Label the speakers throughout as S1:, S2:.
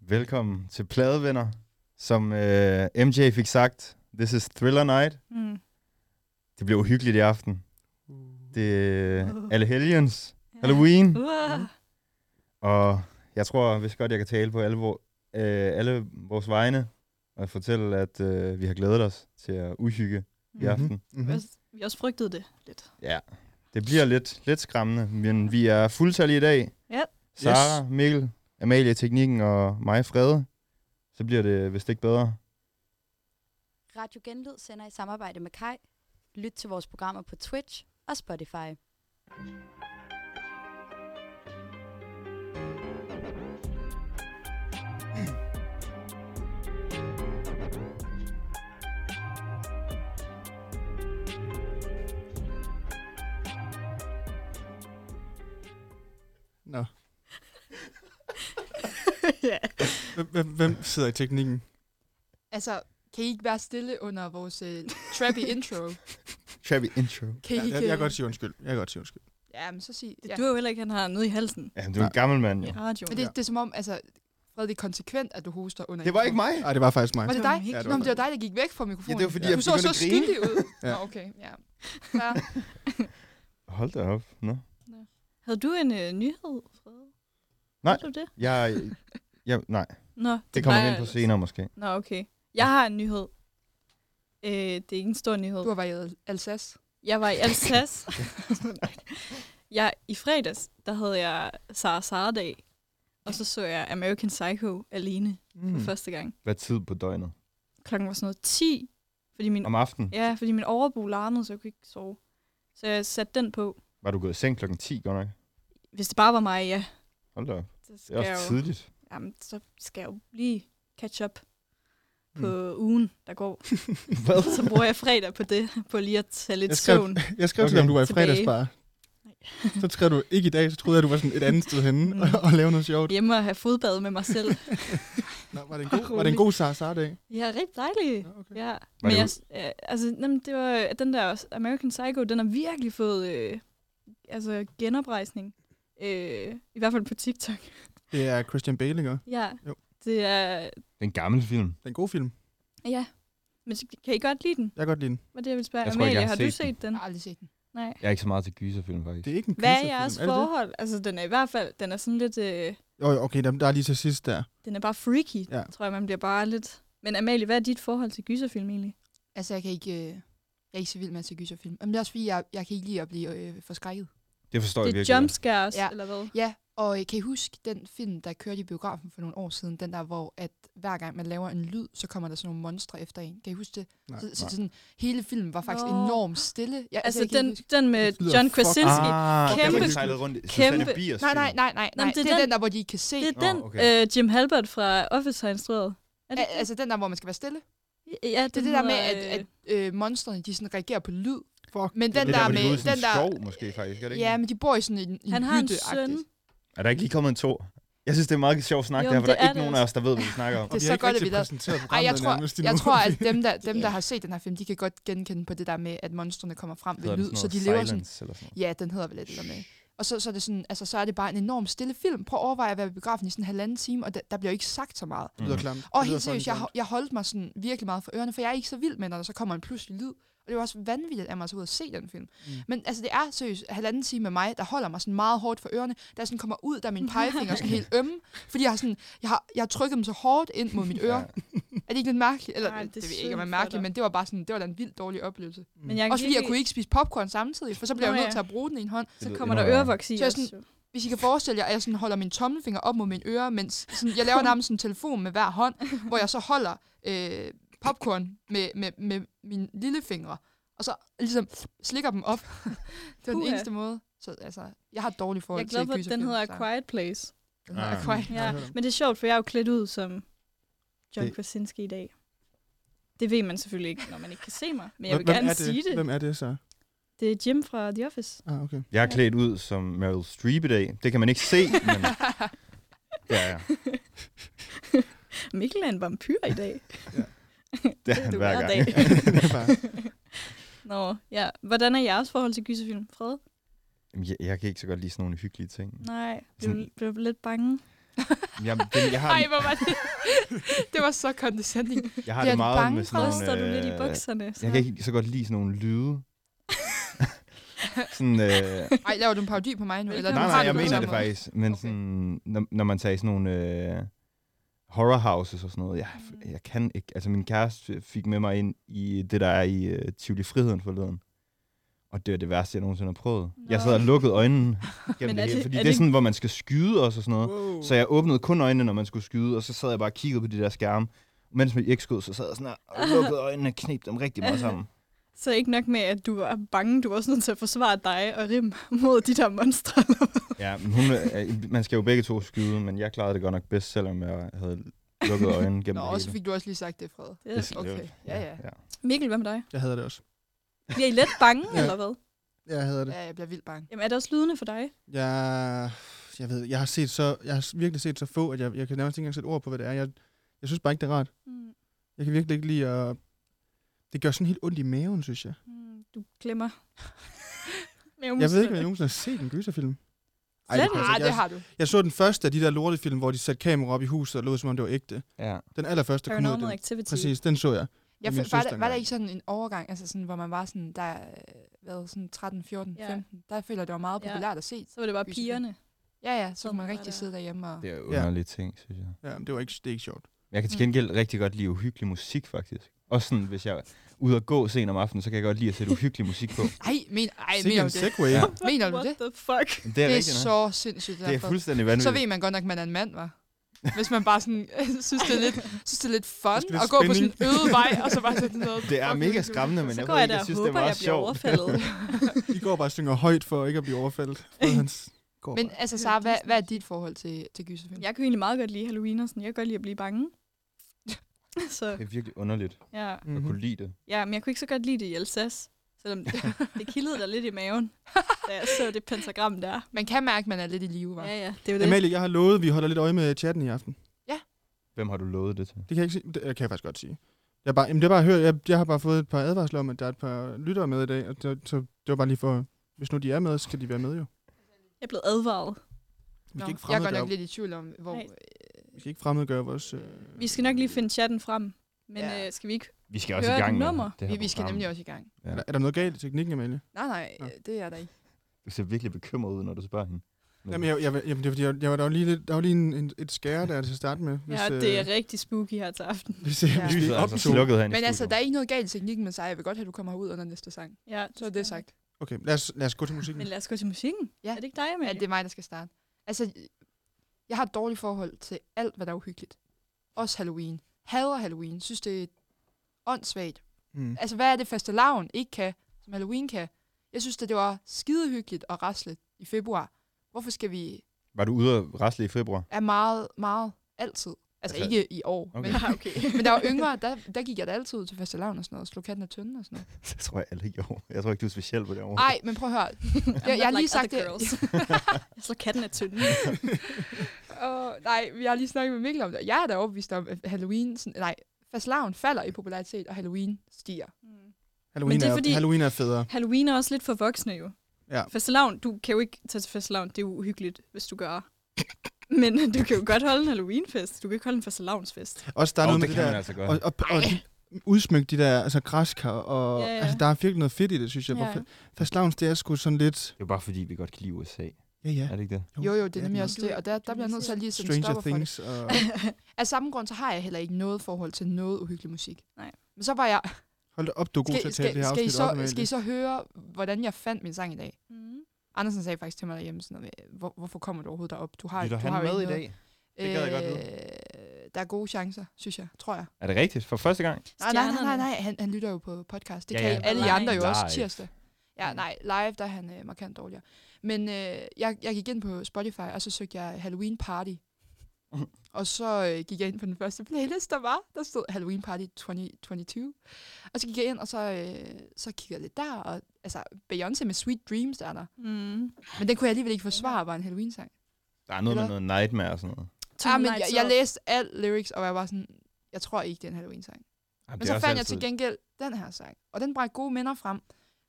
S1: Velkommen til Pladevenner. Som øh, MJ fik sagt, this is Thriller Night.
S2: Mm.
S1: Det blev uhyggeligt i aften. Det er
S2: Uh.
S1: alle helgens, Halloween,
S2: Uh.
S1: og jeg tror vist godt, jeg kan tale på alle, vor, øh, alle vores vegne og fortælle, at øh, vi har glædet os til at uhygge i
S2: Mhm.
S1: aften.
S2: Vi,
S3: Mm-hmm.
S2: også, vi også frygtede det lidt.
S1: Ja, det bliver lidt, lidt skræmmende, men vi er fuldtallige i dag.
S2: Ja.
S1: Sara, Mikkel, Amalie, Teknikken og mig, Frede. Så bliver det vist ikke bedre.
S4: Radio Genlyd sender i samarbejde med Kai. Lyt til vores programmer på Twitch og Spotify.
S3: Nå.
S2: ja.
S3: Hvem, hvem, hvem sidder i teknikken?
S5: Altså, kan I ikke være stille under vores uh, trappy intro?
S1: Trappy intro.
S5: Kan I
S3: Jeg,
S5: ikke,
S3: jeg, jeg kan
S5: øh,
S3: godt sige undskyld. Jeg kan godt sige undskyld.
S5: Ja, men så sig...
S2: Det
S5: Ja.
S2: duer jo heller ikke, han har nede i halsen.
S1: Ja, du er en gammel mand, jo.
S2: I radioen.
S5: Men det, det er som om, altså, Fred, det er konsekvent, at du hoster under
S1: Det var
S5: introen.
S1: ikke mig.
S3: Nej, det var faktisk mig.
S5: Var
S2: Det
S5: det
S2: var
S5: dig?
S2: mig.
S5: Ja, det
S3: Ja,
S5: var Nå, men
S3: det
S5: det var dig, der gik væk fra mikrofonen.
S1: det var, fordi
S5: ja.
S1: jeg
S5: Du så
S1: begyndte
S5: så
S1: at grine.
S5: skyldig ud.
S3: Ja.
S5: ja. Nå, okay, ja. ja.
S1: Hold da op. Nå.
S2: Havde du en øh, nyhed, Frede?
S1: Nej.
S2: Havde du det?
S1: Jeg, jeg, nej,
S2: Nå,
S1: det kommer vi
S2: plejer
S1: ind på
S2: ellers.
S1: senere måske.
S2: Nå, okay. Jeg har en nyhed. Øh, det er ikke en stor nyhed.
S5: Du har været i Al- Alsace.
S2: Jeg var i Alsace. Nej. jeg, I fredags, der havde jeg Sara Sara dag. Og så så jeg American Psycho alene
S3: Mm.
S2: for første gang.
S1: Hvad tid på døgnet?
S2: Klokken var sådan noget 10, fordi min,
S1: Om aftenen?
S2: ja, fordi min overbo larmede, så jeg kunne ikke sove. Så jeg satte den på.
S1: Var du gået i seng klokken 10, godt nok?
S2: Hvis det bare var mig, ja,
S1: Hold da op.
S2: så
S1: Det
S2: skal,
S1: er
S2: jeg
S1: også
S2: jo,
S1: tidligt.
S2: jamen, så skal jeg jo lige catch up
S3: Mm.
S2: på ugen, der går.
S1: Hvad?
S2: Så bruger jeg fredag på det, på lige at tage lidt
S3: Jeg skrev-
S2: søvn.
S3: Jeg skrev okay.
S1: Okay.
S3: til dig, om du var i
S2: Tilbage.
S3: fredagsbar.
S2: Nej.
S3: Så skrev du ikke i dag, så troede jeg, du var sådan et andet sted henne
S2: Mm.
S3: og, og lave noget sjovt.
S2: Hjemme og have fodbad med mig selv.
S3: Nå, var det en god, var det en god Sara-dag?
S2: Ja, rigtig dejligt.
S3: Ja, okay.
S2: Ja,
S1: Var
S2: men
S1: det
S2: jeg, øh, altså, jamen, det var, at den der American Psycho, den har virkelig fået øh, altså, genoprejsning. Øh, I hvert fald på TikTok.
S3: Det er Christian Bale, ikke?
S2: Ja,
S3: Jo.
S2: det er...
S1: Det er en gammel film.
S3: Det er en god film.
S2: Ja. Men så- kan I godt lide den?
S3: Jeg kan godt lide den.
S2: Var det, jeg ville spørge.
S1: Jeg tror ikke,
S2: Amalie,
S1: jeg har
S2: har, du
S1: set den.
S2: set den?
S5: Jeg har aldrig set den.
S2: Nej.
S1: Jeg er ikke så meget til gyserfilm, faktisk.
S3: Det er ikke en
S2: Hvad er
S3: gyserfilm,
S2: jeres
S3: det det?
S2: forhold? Altså, den er i hvert fald... Den er sådan lidt... Øh,
S3: Jo, jo, okay, der, der er lige til sidst der.
S2: den er bare freaky,
S3: Ja.
S2: ja. tror jeg, man bliver bare lidt... Men Amalie, hvad er dit forhold til gyserfilm egentlig?
S5: Altså, jeg kan ikke... Øh, jeg er ikke så vild med at se gyserfilm. Men det er også fordi, jeg, jeg kan ikke lide at blive øh, forskrækket.
S1: Det forstår jeg
S2: Det
S1: virkelig.
S2: er jumpscares, ja.
S5: Ja.
S2: eller hvad?
S5: Ja, og øh, kan I huske den film, der kørte i biografen for nogle år siden? Den der, hvor at hver gang man laver en lyd, så kommer der sådan nogle monstre efter en. Kan I huske det?
S3: Nej,
S5: så, så
S1: nej.
S5: sådan, hele filmen var faktisk
S2: Nå.
S5: Nå. enormt stille. Ja,
S2: Altså,
S5: jeg kan ikke
S2: den,
S5: huske-
S2: den med
S3: Det lyder
S2: John
S3: fuck-
S2: Krasinski.
S3: Ah,
S1: Den,
S2: Kæmpe-
S1: hvor de sejlede rundt. i
S2: kæmpe-
S1: Susanne Biers
S5: Nej, nej,
S1: film.
S5: nej, nej, nej.
S2: Nå, men
S5: det, er den, der, hvor de ikke kan se.
S2: Det er
S1: Nå,
S2: den,
S1: okay.
S2: okay. øh, Jim Halbert fra Office har instrueret. Er det
S5: Al- altså den der, hvor man skal være stille.
S2: ja,
S5: Det er det der med, at, at øh, monstrene, de sådan reagerer på lyd.
S3: Fuck.
S5: Men den
S1: det
S5: der,
S1: hvor de går
S5: med...
S1: ud i sådan
S5: den
S1: en
S5: der,
S1: skov, måske, faktisk. Er det ikke?
S5: Ja, men de bor i sådan en, en
S2: Han har en
S5: hytte-agtigt.
S2: søn.
S1: Er der ikke lige kommet en to? Jeg synes, det er en meget sjov snak,
S2: Jo,
S1: der,
S2: men
S1: for
S2: det
S1: der er
S2: er
S1: ikke
S2: det
S1: nogen af
S2: også.
S1: os, der ved, hvad vi snakker om.
S5: Det er så godt, at vi der... Ej, jeg tror, jeg tror, at dem der, dem, der har set den her film, de kan godt genkende på det der med, at monstrene kommer frem ved
S1: Hedder den
S5: lyd,
S1: sådan
S5: så de
S1: noget
S5: lever sådan...
S1: Silence Eller sådan noget.
S5: Ja, den hedder vel lidt eller med. Og så, så, er det sådan, altså, så er det bare en enorm stille film. Prøv at overveje at være i biografen i sådan en halvanden time, og der, der bliver jo ikke sagt så
S1: Mm.
S5: meget.
S3: lyder klamt.
S5: Og
S3: Det lyder
S5: helt seriøst, jeg,
S3: fucking
S5: ho- jeg holdt mig sådan virkelig meget for ørerne, for jeg er ikke så vild med, når der så kommer en pludselig lyd. Og det var også vanvittigt af mig at tage ud og se den film.
S3: Mm.
S5: Mm. Men altså, det er seriøst halvanden time med mig, der holder mig sådan meget hårdt for ørerne. Der jeg sådan kommer ud, der er mine pegefinger sådan helt ømme. Fordi jeg har, sådan, jeg har, jeg har trykket dem så hårdt ind mod mit øre.
S1: Ja.
S5: Ja. Er det ikke lidt mærkeligt? Eller,
S2: Nej,
S5: Nej,
S2: det
S5: det,
S2: er
S5: det ved jeg ikke, om
S2: synd
S5: det
S2: for
S5: er
S2: dig.
S5: mærkeligt, men det var bare sådan, det var da en vild dårlig oplevelse.
S2: Men jeg kan
S5: Også fordi jeg
S2: ikke-
S5: kunne ikke spise popcorn samtidig, for så bliver
S2: Nå,
S5: jeg jo nødt
S2: ja.
S5: til at bruge den i en hånd.
S2: Så
S1: lyder
S2: kommer der
S1: endnu værre.
S2: ørevoks i
S5: Så jeg
S2: også. jo.
S5: Hvis I kan forestille jer, at jeg sådan holder min tommelfinger op mod mine ører, mens sådan, jeg laver nærmest en telefon med hver hånd, hvor jeg så holder øh, popcorn med, med, med mine lillefingre, og så ligesom slikker dem op. det var den
S2: Puha.
S5: eneste måde. Så altså, jeg har et dårligt
S2: Jeg
S5: forhold
S2: er glad
S5: til
S2: for, at den
S5: gyserfilm,
S2: hedder A
S5: så-
S2: Quiet Place.
S5: Den hedder
S1: Ah.
S5: A Quiet.
S3: Ja,
S2: Ja.
S3: jeg hører det.
S2: Men det er sjovt, for jeg er jo klædt ud som John
S3: Det-
S2: Krasinski i dag. Det ved man selvfølgelig ikke, når man ikke kan se mig. Men jeg vil
S3: Hvem
S2: gerne
S3: er
S2: sige det.
S3: Hvem er det så?
S2: Det er Jim fra The Office.
S3: Ah, okay.
S1: Jeg er klædt ud som Meryl Streep i dag. Det kan man ikke se, men... Ja, ja.
S2: Mikkel er en vampyr i dag.
S1: Det er han
S2: du
S1: hver
S2: hver
S1: gang.
S2: dag.
S3: Det er bare,
S2: Nå, ja. Hvordan er jeres forhold til gyserfilm? Fred?
S1: Jamen, Jeg, jeg kan ikke så godt lide sådan nogle hyggelige ting.
S2: Nej,
S1: Sådan-
S2: blev, blev lidt bange.
S1: Jamen, det, jeg, har,
S5: Ej, hvor var det... det var så condescending.
S1: jeg har
S5: bliver
S1: det
S5: du
S1: meget
S5: bange
S1: med
S5: for,
S1: sådan nogle...
S2: Ryster du lidt i
S1: øh,
S2: bukserne?
S1: Jeg kan ikke så godt lide sådan nogle lyde. sådan, øh,
S5: Ej, laver du en parodi på mig nu? Eller
S2: Ja,
S1: nej,
S5: du
S1: nej,
S5: har
S1: jeg
S5: på
S1: mener
S5: samme
S1: det
S5: måde?
S1: faktisk.
S5: Okay.
S1: Men okay. sådan, når, når man tager i sådan nogle øh, horror houses og sådan noget, jeg, jeg kan ikke... Altså, min kæreste fik med mig ind i det, der er i øh, Tivoli Friheden forleden. Og det var det værste, jeg nogensinde har prøvet. Nå. Jeg
S2: Nå.
S1: sad og lukkede øjnene gennem
S2: Men er
S1: det hele,
S2: det-
S1: fordi
S2: er
S1: det er
S2: det-
S1: sådan, hvor man skal skyde os og sådan noget.
S3: Wow.
S1: Så jeg åbnede kun øjnene, når man skulle skyde, og så sad jeg bare og kiggede på de der skærme. Mens man ikke skød, så sad jeg sådan her og lukkede øjnene og knep dem rigtig meget sammen.
S2: Så ikke nok med, at du var bange, du var også nødt til at forsvare dig og rim mod de der monstre. eller hvad?
S1: Ja, men hun, øh, man skal jo begge to skyde, men jeg klarede det godt nok bedst, selvom jeg havde lukket øjnene gennem
S5: Nå,
S1: det
S5: og så
S1: hele.
S5: fik du også lige sagt det, Fred.
S2: Det er-
S1: Det er
S5: Okay, ja, ja.
S1: ja.
S2: Mikkel, hvad med dig?
S3: Jeg hader det også.
S2: Bliver I let bange,
S3: Ja.
S2: eller hvad?
S3: Ja, Jeg hader det.
S5: Ja, jeg bliver vildt bange.
S2: Jamen, er det også lydende for dig?
S3: Jeg, jeg ved, jeg har set så, jeg har virkelig set så få, at jeg, jeg kan nærmest ikke engang sætte ord på, hvad det er. Jeg, jeg synes bare ikke, det er rart.
S2: Mm,
S3: Jeg kan virkelig ikke lide at... Det gør sådan helt ondt i maven, synes jeg.
S2: mm, du glemmer.
S3: Jeg ved ikke, om jeg nogensinde har set en gyserfilm. Ej,
S2: Slet
S3: det passer
S5: Ah,
S3: ikke.
S5: det
S3: jeg,
S5: har du.
S3: jeg så den første af de der lortefilm, hvor de satte kamera op i huset og lod, som om det var ægte.
S1: ja.
S3: Den allerførste kom ud af
S2: Paranormal
S3: den.
S2: Activity.
S3: Præcis, den så jeg.
S5: Jeg,
S3: min
S5: f- var, der, var
S3: søster
S5: der
S3: engang.
S5: ikke sådan en overgang, altså sådan, hvor man var sådan, der øh, hvad, sådan 13, 14,
S2: Ja.
S5: 15? Der føler jeg, det var meget
S2: Ja.
S5: populært at se.
S2: Så var det bare
S5: Gyserfilm.
S2: pigerne.
S5: Ja, ja, så
S2: Sådan
S5: kunne man
S2: var
S5: rigtig
S2: det.
S5: sidde derhjemme og...
S1: Det er
S3: Ja.
S1: underlige ting, synes jeg.
S3: Ja, men det var ikke, det er ikke sjovt.
S1: Men jeg kan til gengæld rigtig godt lide uhyggelig musik, faktisk. Også sådan, hvis jeg er ude og gå sent om aftenen, så kan jeg godt lide at sætte uhyggelig musik på.
S5: Ej, men, ej,
S3: Sikke
S5: mener
S3: en
S5: du det?
S3: segway.
S1: Ja.
S3: Ja.
S5: Mener du
S2: What the fuck?
S1: Men Det er,
S5: Det er
S1: rigtigt,
S5: så sindssygt,
S1: det er
S5: derfor.
S1: fuldstændig
S5: Så
S1: vanvittigt.
S5: ved man godt nok, at man er en mand, var. Hvis man bare sådan, øh, synes, det er lidt, synes, det er lidt fun
S3: Måske lidt
S5: at gå på sådan en øde vej, og så bare sådan noget.
S1: Det er
S5: fucking
S1: mega
S5: uhyggelig.
S1: skræmmende, men
S2: Så
S1: jeg,
S2: går
S1: ved
S2: jeg
S1: ikke,
S2: der
S1: jeg
S2: og
S1: synes, det
S2: håber, jeg
S1: var meget
S2: bliver
S1: sjovt.
S2: overfaldet.
S3: De går bare og synger højt for ikke at blive overfaldet. Fred, Hans går
S5: Men
S3: bare.
S5: altså, Sara, hvad, hvad er dit forhold til, til gyserfilm?
S2: Jeg kan jo egentlig meget godt lide Halloween og sådan. Jeg kan godt lide at blive bange.
S1: Det
S2: Så
S1: er virkelig underligt
S2: ja.
S1: at
S3: Mhm.
S1: kunne lide det.
S2: ja, men jeg kunne ikke så godt lide det i Alsace. Selvom det, det kildede der lidt i maven, da jeg så det pentagram der.
S5: Man kan mærke, at man er lidt i live, var.
S2: Ja, ja, det er jo det.
S3: Amalie, jeg har lovet, at vi holder lidt øje med chatten i aften.
S1: Hvem har du lovet det til?
S3: Det kan jeg ikke sige. Det øh, kan jeg faktisk godt sige. Jeg, er bare, jamen, det er bare, hør, jeg, jeg har bare fået et par advarsler om, at der er et par lyttere med i dag, og det, så det var bare lige for, hvis nu de er med, så skal de være med jo.
S2: Jeg er blevet advaret.
S3: Vi
S5: jeg
S3: kan ikke
S5: er godt
S3: fremmedgøre,
S5: nok lidt i tvivl om, hvor...
S2: Nej.
S3: vi kan ikke fremmedgøre vores... Øh,
S2: Vi skal nok lige finde chatten frem. Men
S5: Ja.
S2: ja. øh, skal vi ikke?
S1: Vi skal også
S2: Hører
S1: i
S2: et
S1: gang med
S2: nummer?
S1: det
S5: Vi,
S1: her
S5: vi skal
S1: program.
S5: nemlig også i gang.
S3: er, der, er der noget galt i teknikken, Amalie?
S5: Nej, nej,
S3: Nå.
S5: øh, det er der ikke.
S1: Du ser virkelig bekymret ud, når du spørger hende.
S3: Ja. Jamen, jeg, jeg, jamen, det er fordi, jeg, jeg var der var lige, lidt, der var lige en, en, et skære der til at starte med. øh,
S2: Ja, det er rigtig spooky her til aften.
S3: hvis, øh,
S5: Ja.
S3: hvis vi
S1: Lyset er altså
S3: optog.
S1: slukket herinde i
S5: Men altså,
S1: studiet.
S5: der er ikke noget galt i teknikken, men Sara, jeg vil godt have, at du kommer herud under næste sang.
S2: Ja,
S5: Så er det sagt.
S3: Okay, lad os, lad os gå til musikken.
S2: Men lad os gå til musikken.
S5: Ja.
S2: Ja. Er det ikke dig,
S5: Ja,
S2: Amalie?
S5: det er mig, der skal starte. Altså, jeg har et dårligt forhold til alt, hvad der er uhyggeligt. Også Halloween. Hader Halloween. Synes, det er åndssvagt.
S3: Mm.
S5: Altså, hvad er det faste laven ikke kan, som Halloween kan? Jeg synes, at det var skidehyggeligt at rasle i februar. Hvorfor skal vi...
S1: Var du ude og rasle i februar?
S5: Er meget, meget altid. Altså,
S1: Altså-
S5: ikke i år.
S1: Okay.
S5: Men, okay. men der var yngre, der, der gik jeg da altid ud til faste laven og sådan noget, og slog katten af tønden og sådan noget.
S1: Det tror jeg alle gjorde. Jeg tror ikke, du er speciel på det område.
S5: Nej, men prøv at høre. Jeg, jeg har lige sagt det.
S2: Så katten er tynd.
S5: Åh, nej, vi har lige snakket med Mikkel om det. Jeg er da overbevist om, at Halloween... Sådan, nej, fastelavn falder i popularitet, og Halloween stiger.
S3: Halloween,
S2: det er
S3: er,
S2: fordi-
S3: Halloween er federe.
S2: Halloween er også lidt for voksne jo.
S3: Ja.
S2: Fastelavn, du kan jo ikke tage til fastelavn. Det er jo uhyggeligt, hvis du gør. Men du kan jo godt holde en Halloweenfest. Du kan ikke holde en fastelavnsfest.
S3: Også der er
S1: Åh,
S3: noget
S1: det
S3: med det
S1: kan
S3: der...
S1: man altså godt.
S3: Og, og, og de, udsmykke de der altså, græskar, og ja,
S2: Ja,
S3: ja.
S2: ja.
S3: Altså, der er virkelig noget fedt i det, synes jeg. Ja. Fastlavns, det er sgu sådan lidt...
S1: Det er jo bare fordi, vi godt kan lide USA.
S3: Ja, ja.
S1: Er det ikke det?
S5: Jo, jo, det er
S3: ja,
S5: nemlig
S3: den-
S5: også det, og der, der bliver jeg nødt til at lige sætte en
S3: Stranger
S5: stopper for det.
S3: Things. Og...
S5: Af samme grund, så har jeg heller ikke noget forhold til noget uhyggelig musik.
S2: Nej.
S5: Men så var jeg...
S3: Hold da op, du er god til
S5: Skal,
S3: at tale det
S5: skal,
S3: her
S5: skal, I
S3: afsnit op,
S5: så, skal I
S3: Amalie.
S5: så høre, hvordan jeg fandt min sang i dag?
S2: Mm.
S5: Andersen sagde faktisk til mig derhjemme sådan noget med, hvor, hvorfor kommer du overhovedet derop? Du har,
S1: Lytter
S5: du
S1: han
S5: har jo
S1: med i
S5: ikke
S1: dag? Det gad jeg godt
S5: øh, Der er gode chancer, synes jeg, tror jeg.
S1: Er det rigtigt? For første gang?
S5: Nej, nej, nej, nej,
S2: Stjernerne.
S5: nej. Han, han lytter jo på podcast. Det
S1: Ja,
S5: ja, kan
S1: ja.
S5: ja. alle I
S2: Live.
S5: andre jo også
S1: Live.
S5: tirsdag. Ja,
S2: Mm.
S5: nej, live, der er han øh, markant dårligere. Men øh, jeg, jeg gik ind på Spotify, og så søgte jeg Halloween Party. og så øh, gik jeg ind på den første playlist, der var. Der stod Halloween Party 2022. Og så gik jeg ind, og så, øh, så kiggede jeg lidt der. Og, altså, Beyoncé med Sweet Dreams, der er der.
S2: Mm.
S5: Men den kunne jeg alligevel ikke forsvare, var en Halloween-sang.
S1: Der er noget med
S5: Eller-
S1: noget nightmare og sådan noget.
S5: Ah, men jeg, jeg læste alt lyrics, og jeg var sådan, jeg tror ikke, det er en Halloween-sang.
S1: Jamen,
S5: Men så fandt jeg til gengæld den her sang, og den bragte gode minder frem.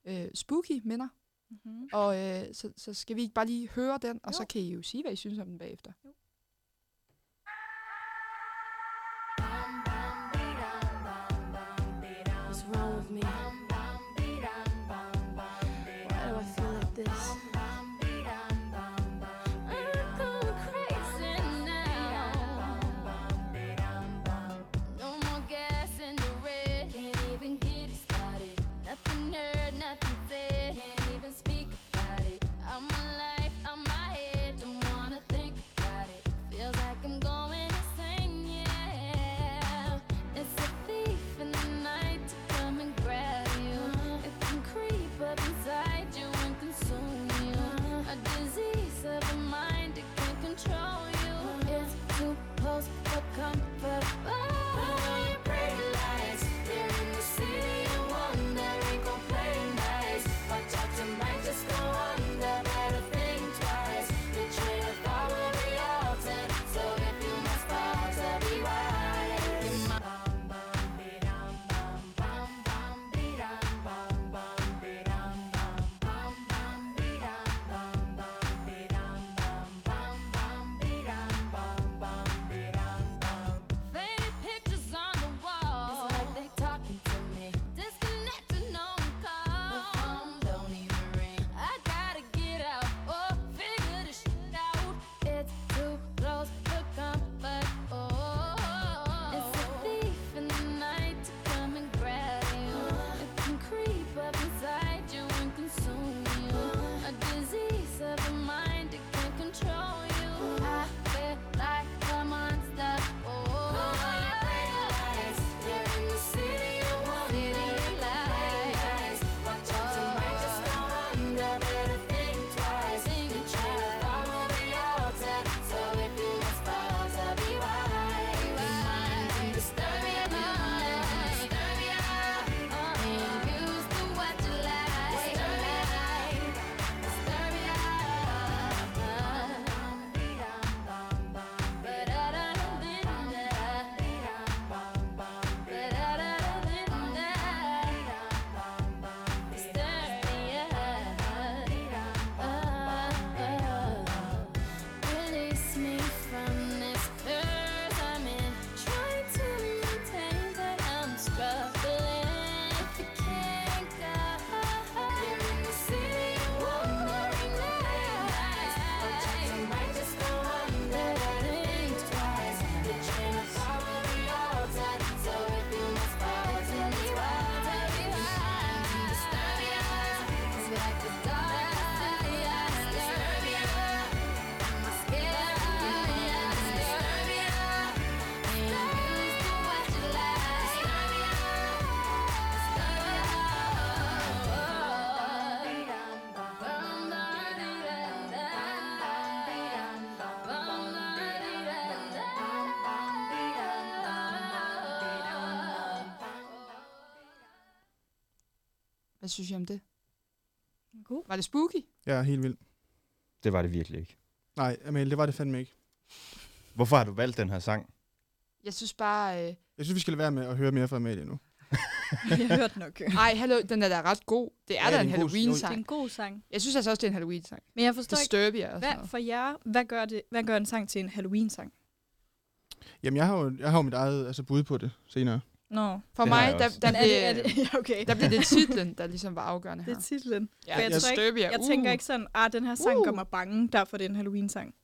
S5: Øh, spooky minder.
S2: Mm-hmm.
S5: Og øh, så, så skal vi ikke bare lige høre den, og
S2: Jo.
S5: så kan I jo sige, hvad I synes om den bagefter.
S6: this. We're going crazy now. No more gas in the red. Can't even get it started. Nothing heard, nothing said. Can't even speak about it. I'm alive, I'm my head. Don't wanna think about it. Feels like I'm going insane, yeah. It's a thief in the night to come and grab you. It can creep up inside you and consume you. A disease of the mind, it can control you. It's too close for comfort. Oh, your pretty lights. They're in the city of wonder. Ain't gon' play nice. Watch out, you might just go under. Better think twice. Your train of thought will be altered. So if you must falter, be wise. You might- Faded pictures on the wall. It's like they talking to me. Disconnected, no one calls. The phone don't even ring. I gotta get out or figure this shit out. It's too close for comfort. Oh, it's a thief in the night to come and grab you. It can creep up inside you and consume you. A disease of the mind, it can control you. I feel like a monster. Oh, your pretty lights. You're in the city of wondering lights. Watch out, you might just go under. Better think twice. You try to follow the altar. So if you must falter, be wise. Be wise. Disturb your mind. Disturb your eye. Being used to what you like. Disturb your eye. Disturb your Release me from this curse I'm in. Trying to maintain that I'm struggling. If you can't go, you're in the city of wandering lights. Watch out, you might just go under. Think twice. Your train of thought will be altered. So if you must fall, then be wild, be wild. Disturb ya, 'cause like the dark, disturb ya.
S5: Hvad synes I om det?
S2: God.
S5: Var det spooky?
S3: Jeg er helt vild.
S1: Det var det virkelig ikke.
S3: Nej, Amal, det var det fandme ikke.
S1: Hvorfor har du valgt den her sang?
S5: Jeg synes bare... Øh,
S3: Jeg synes, vi skal lade være med at høre mere fra Amalie nu.
S2: Jeg har hørt nok. Det
S5: ej, hallo, den er da ret god. Det er
S3: Ja,
S5: da
S3: det er
S5: en
S3: en god-
S2: er en
S5: Halloween-sang.
S2: god sang.
S5: Jeg synes altså også, det er en Halloween-sang.
S2: Men jeg forstår ikke,
S5: Disturbia og sådan
S2: hvad
S5: noget.
S2: for jer, hvad gør, det, hvad gør en sang til en Halloween-sang?
S3: Jamen, jeg har jo, jeg har jo mit eget altså, bud på det senere.
S2: Nå,
S5: For
S1: Det har
S5: mig,
S1: jeg
S5: der,
S1: også.
S5: der,
S2: Men er det, er det,
S5: blev,
S2: ja, okay.
S5: der blev det titlen, der ligesom var afgørende
S2: Det
S5: her.
S2: er titlen.
S5: Ja,
S2: for jeg tror ikke-
S5: Disturbia,
S2: Jeg
S5: uh.
S2: tænker ikke sådan, ah, den her sang
S5: Uh.
S2: gør mig bange, derfor er det en Halloween-sang.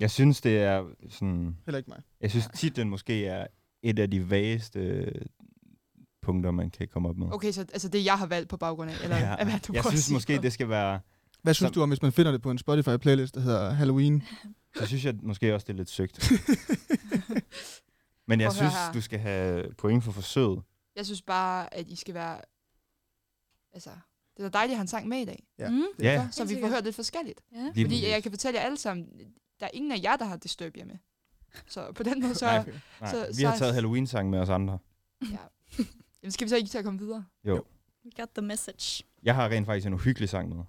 S1: Jeg synes, det er sådan...
S3: Heller ikke mig.
S1: Jeg synes tit, den måske er et af de vageste øh, punkter, man kan komme op med.
S5: Okay, så altså det, jeg har valgt på baggrund af, eller ja. hvad du
S1: jeg
S5: prøver at
S1: synes
S5: sige.
S1: måske, det skal være...
S3: Hvad synes
S1: Så-
S3: du om, hvis man finder det på en Spotify-playlist, der hedder Halloween?
S1: Så synes jeg måske også, det er lidt søgt. Men jeg
S5: Prøv at høre
S1: synes,
S5: her.
S1: du skal have point for forsøget.
S5: Jeg synes bare, at I skal være... Altså, det er da dejligt, at han sang med i dag.
S3: Ja.
S2: Mm.
S3: Det er
S1: Ja,
S5: Så, så vi får
S2: sikkert.
S5: hørt lidt forskelligt.
S2: Ja.
S1: lige
S5: Fordi
S1: præcis.
S5: jeg kan fortælle jer alle sammen, der er ingen af jer, der har Disturbia med. Så på den måde, så...
S1: Nej. Nej,
S5: så-
S1: vi har
S5: så-
S1: taget Halloween-sang med os andre.
S5: Jamen, skal vi så ikke til at komme videre?
S2: We got the message.
S1: Jeg har rent faktisk en uhyggelig sang med.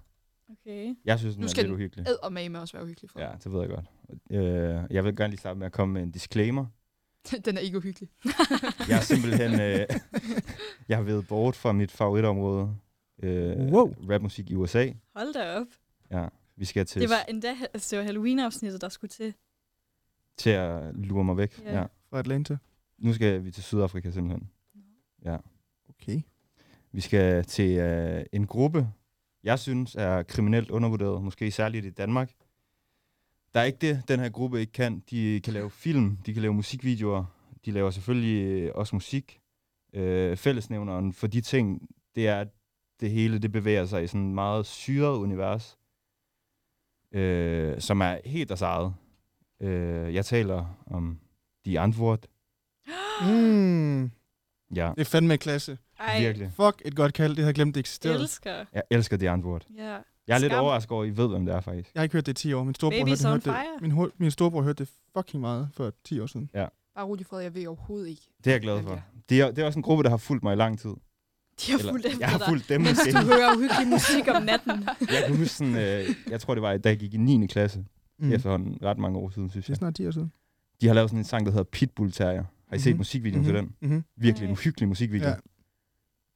S2: Okay.
S1: Jeg synes, den
S5: Nu
S1: er
S5: skal
S1: lidt
S5: den
S1: uhyggelig.
S5: Æd og mage med os være uhyggelig for.
S1: Ja, det ved jeg godt. Øh, jeg vil gerne lige starte med at komme med en disclaimer.
S5: den er ikke uhyggelig.
S1: Jeg er simpelthen... Øh, jeg har været bort fra mit favoritområde. Øh,
S3: Wow.
S1: Rapmusik i USA.
S2: Hold da op.
S1: Vi skal til,
S2: Det var endda altså, det var Halloween-afsnittet, der skulle til.
S1: til at lure mig væk.
S2: Ja.
S1: Ja. Ja.
S3: Fra Atlanta.
S1: Nu skal vi til Sydafrika simpelthen.
S3: Okay.
S1: Vi skal til øh, en gruppe. jeg synes er kriminelt undervurderet, måske særligt i Danmark. Der er ikke det, den her gruppe ikke kan. De kan lave film, de kan lave musikvideoer, de laver selvfølgelig øh, også musik. Øh, fællesnævneren for de ting, det er, at det hele det bevæger sig i sådan et meget syret univers, øh, som er helt deres eget. Øh, jeg taler om de antwort.
S3: Mm,
S1: Ja,
S3: det er fandme klasse.
S2: Ej,
S1: virkelig.
S3: Fuck, et godt kald. Det havde jeg glemt, det eksisterede.
S2: elsker.
S1: Jeg elsker det antwort.
S2: Ja.
S1: Jeg er lidt
S2: Skam.
S1: overrasket over, at I ved, hvem det er faktisk.
S3: Jeg har ikke hørt det i 10 år. Min storebror,
S2: Babies
S3: hørte,
S2: on
S3: det, hørte
S2: fire.
S3: det. Min, ho- min storebror hørte det fucking meget for 10 år siden.
S5: Bare rolig, Fred, jeg ved overhovedet ikke.
S1: Det er jeg glad
S5: hvem
S1: for.
S5: det
S1: Det er, det er også en gruppe, der har fulgt mig i lang tid.
S2: De har fulgt efter
S1: jeg har
S2: dig,
S1: fulgt dem.
S2: mens
S1: måske.
S2: du hører uhyggelig musik om natten.
S1: Jeg kan huske sådan, øh, jeg tror det var, da jeg gik i 9. klasse, mm. efterhånden ret mange år siden, synes
S3: Det er
S1: jeg.
S3: snart 10 år siden.
S1: De har lavet sådan en sang, der hedder Pitbull Terrier. Har I set
S3: Mhm.
S1: musikvideoen til den?
S3: Mm-hmm.
S1: Virkelig en
S2: Nej.
S1: uhyggelig musikvideo.
S3: Ja.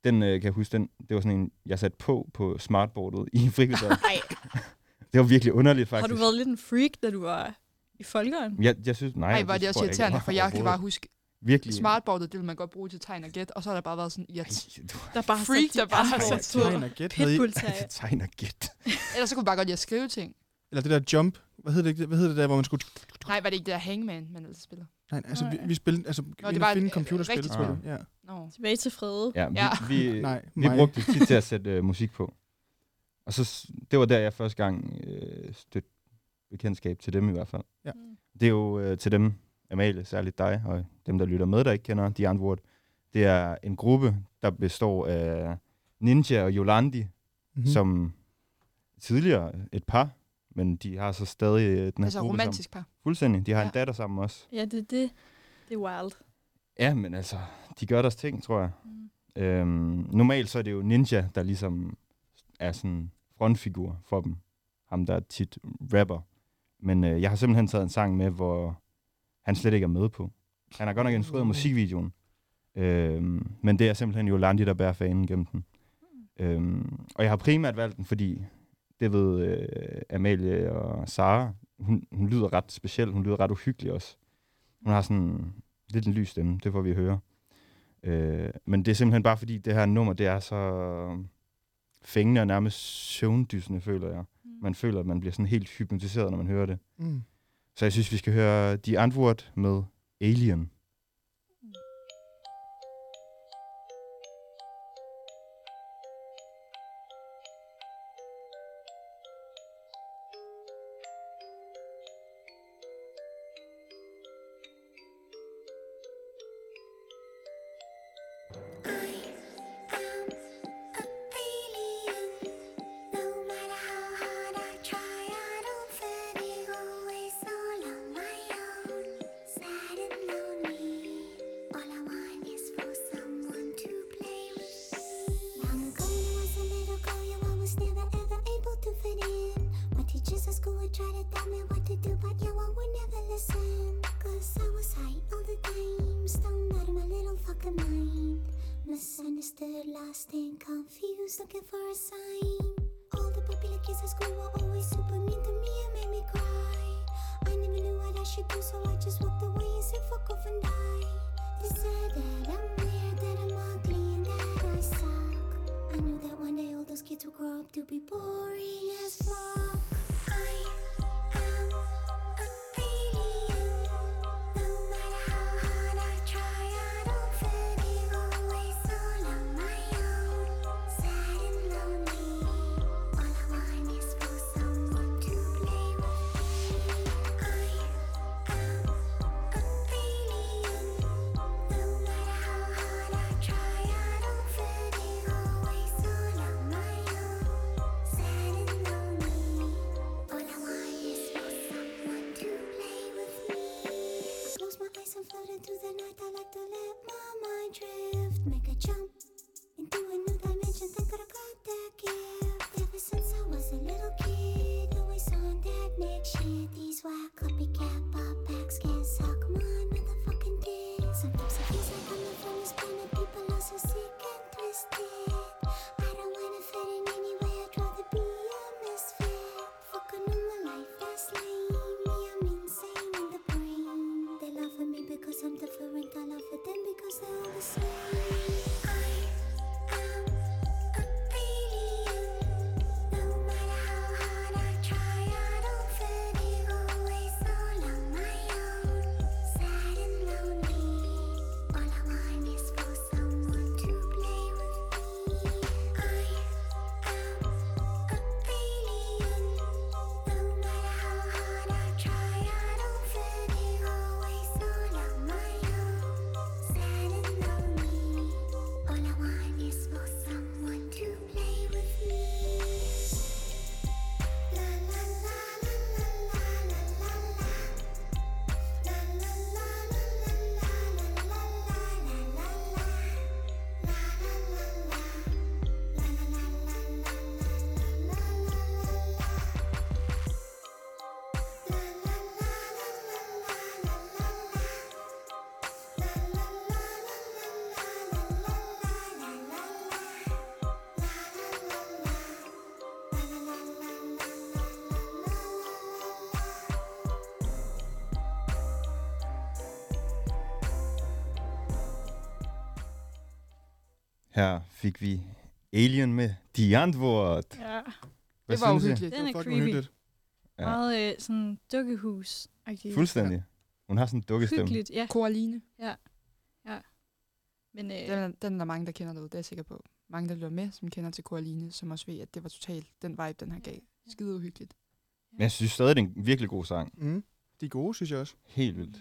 S1: Den øh, kan jeg huske, den, det var sådan en, jeg satte på på smartboardet i frikvarteret.
S2: Ej,
S1: det var virkelig underligt, faktisk.
S2: har du været lidt en freak, da du var i folkeren?
S1: Jeg, jeg synes, nej.
S5: Nej, var det
S1: tror
S5: også
S1: jeg ikke,
S5: irriterende,
S1: var
S5: for jeg kan bare
S1: overhovedet.
S5: huske,
S1: Virkelig.
S5: smartboardet, det ville man godt bruge til tegn og gæt, og så har der bare været sådan, ja,
S1: Ej, du
S2: Der bare
S5: Freak,
S2: sat de
S5: der bare har
S2: andre
S5: sat
S2: på.
S3: Tegn og gæt havde I,
S2: Pitbull
S1: er
S2: tager
S1: det tegn og gæt.
S5: ellers så kunne vi bare godt lide at skrive ting.
S3: Eller det der jump. Hvad hed det, ikke? hvad hed det der, hvor man skulle...
S5: Nej, var det ikke det der hangman, man altid spiller?
S3: Nej, altså,
S2: Nej.
S3: vi, vi spillede... Altså, Nå,
S5: det
S3: vi
S5: var
S3: var finde
S5: et-
S3: computerspil,
S5: rigtigt
S3: tror
S1: spil.
S3: jeg. Ja.
S5: Nå.
S2: tilbage til Frede.
S1: Ja, vi,
S5: Ja.
S1: vi,
S3: Nej,
S1: vi
S3: mig.
S1: brugte det tit til at sætte øh, musik på. Og så, s- det var der, jeg første gang øh, stødte bekendtskab til dem i hvert fald.
S3: Ja.
S2: Mm.
S1: Det er jo øh, til dem, Amalie, særligt dig, og dem, der lytter med, der ikke kender de andre ord. Det er en gruppe, der består af Ninja og Yolandi, mm.
S3: Mm-hmm.
S1: som tidligere et par, men de har så stadig øh, den her
S5: Altså
S1: gruppe sammen.
S5: romantisk par.
S1: Fuldstændig. De har ja. en
S5: Ja.
S1: datter sammen også.
S2: Ja, det er det. Det er wild.
S1: Ja, men altså, de gør deres ting, tror jeg.
S2: Mm.
S1: Øhm, normalt så er det jo Ninja, der ligesom er sådan frontfigur for dem. Ham, der tit rapper. Men øh, jeg har simpelthen taget en sang med, hvor han slet ikke er med på. Han har godt nok instrueret musikvideoen. Øhm, men det er simpelthen Jolandi, der bærer fanen gennem den. Øhm, og jeg har primært valgt den, fordi det ved øh, Amalie og Sara. Hun, hun lyder ret speciel. Hun lyder ret uhyggelig også. Hun har sådan lidt en lys stemme. Det får vi at høre. Øh, men det er simpelthen bare fordi, det her nummer, det er så fængende og nærmest søvndysende, føler jeg. Man føler, at man bliver sådan helt hypnotiseret, når man hører det.
S3: Mm.
S1: Så jeg synes, vi skal høre De Antwoord med Alien.
S7: Try to tell me what to do, but you all would never listen. Cause I was high all the time, stoned out of my little fucking mind. Misunderstood, lost and confused, looking for a sign. All the popular kids at school were always super mean to me and made me cry. I never knew what I should do, so I just walked away and said fuck off and die. They said that I'm weird, that I'm ugly, and that I suck. I knew that one day all those kids would grow up to be boring as fuck. I am a alien. No matter how hard I try, I don't fit in. Always all on my own, sad and lonely. All I want is for someone to play with me. I am a alien. No matter how hard I try, I don't fit in. Always all on my own, sad and lonely.
S1: Her fik vi Alien med The Antwoord.
S2: Ja.
S1: Hvad
S5: det var
S1: synes I?
S5: uhyggeligt.
S2: Den er
S3: fucking
S2: creepy.
S3: uhyggeligt.
S1: Ja.
S2: Ja. Meget øh, sådan dukkehus.
S1: Fuldstændig. Hun har sådan en dukkestemme.
S2: Hyggeligt, ja.
S5: Coraline.
S2: Men øh,
S5: Den, er- den er der mange, der kender derude, det er jeg sikker på. Mange, der lytter med, som kender til Coraline, som også ved, at det var totalt den vibe, den her gav. Skide uhyggeligt.
S1: Men jeg synes stadig, det er en virkelig god sang.
S3: Mm. De er gode, synes jeg også.
S1: Helt vildt.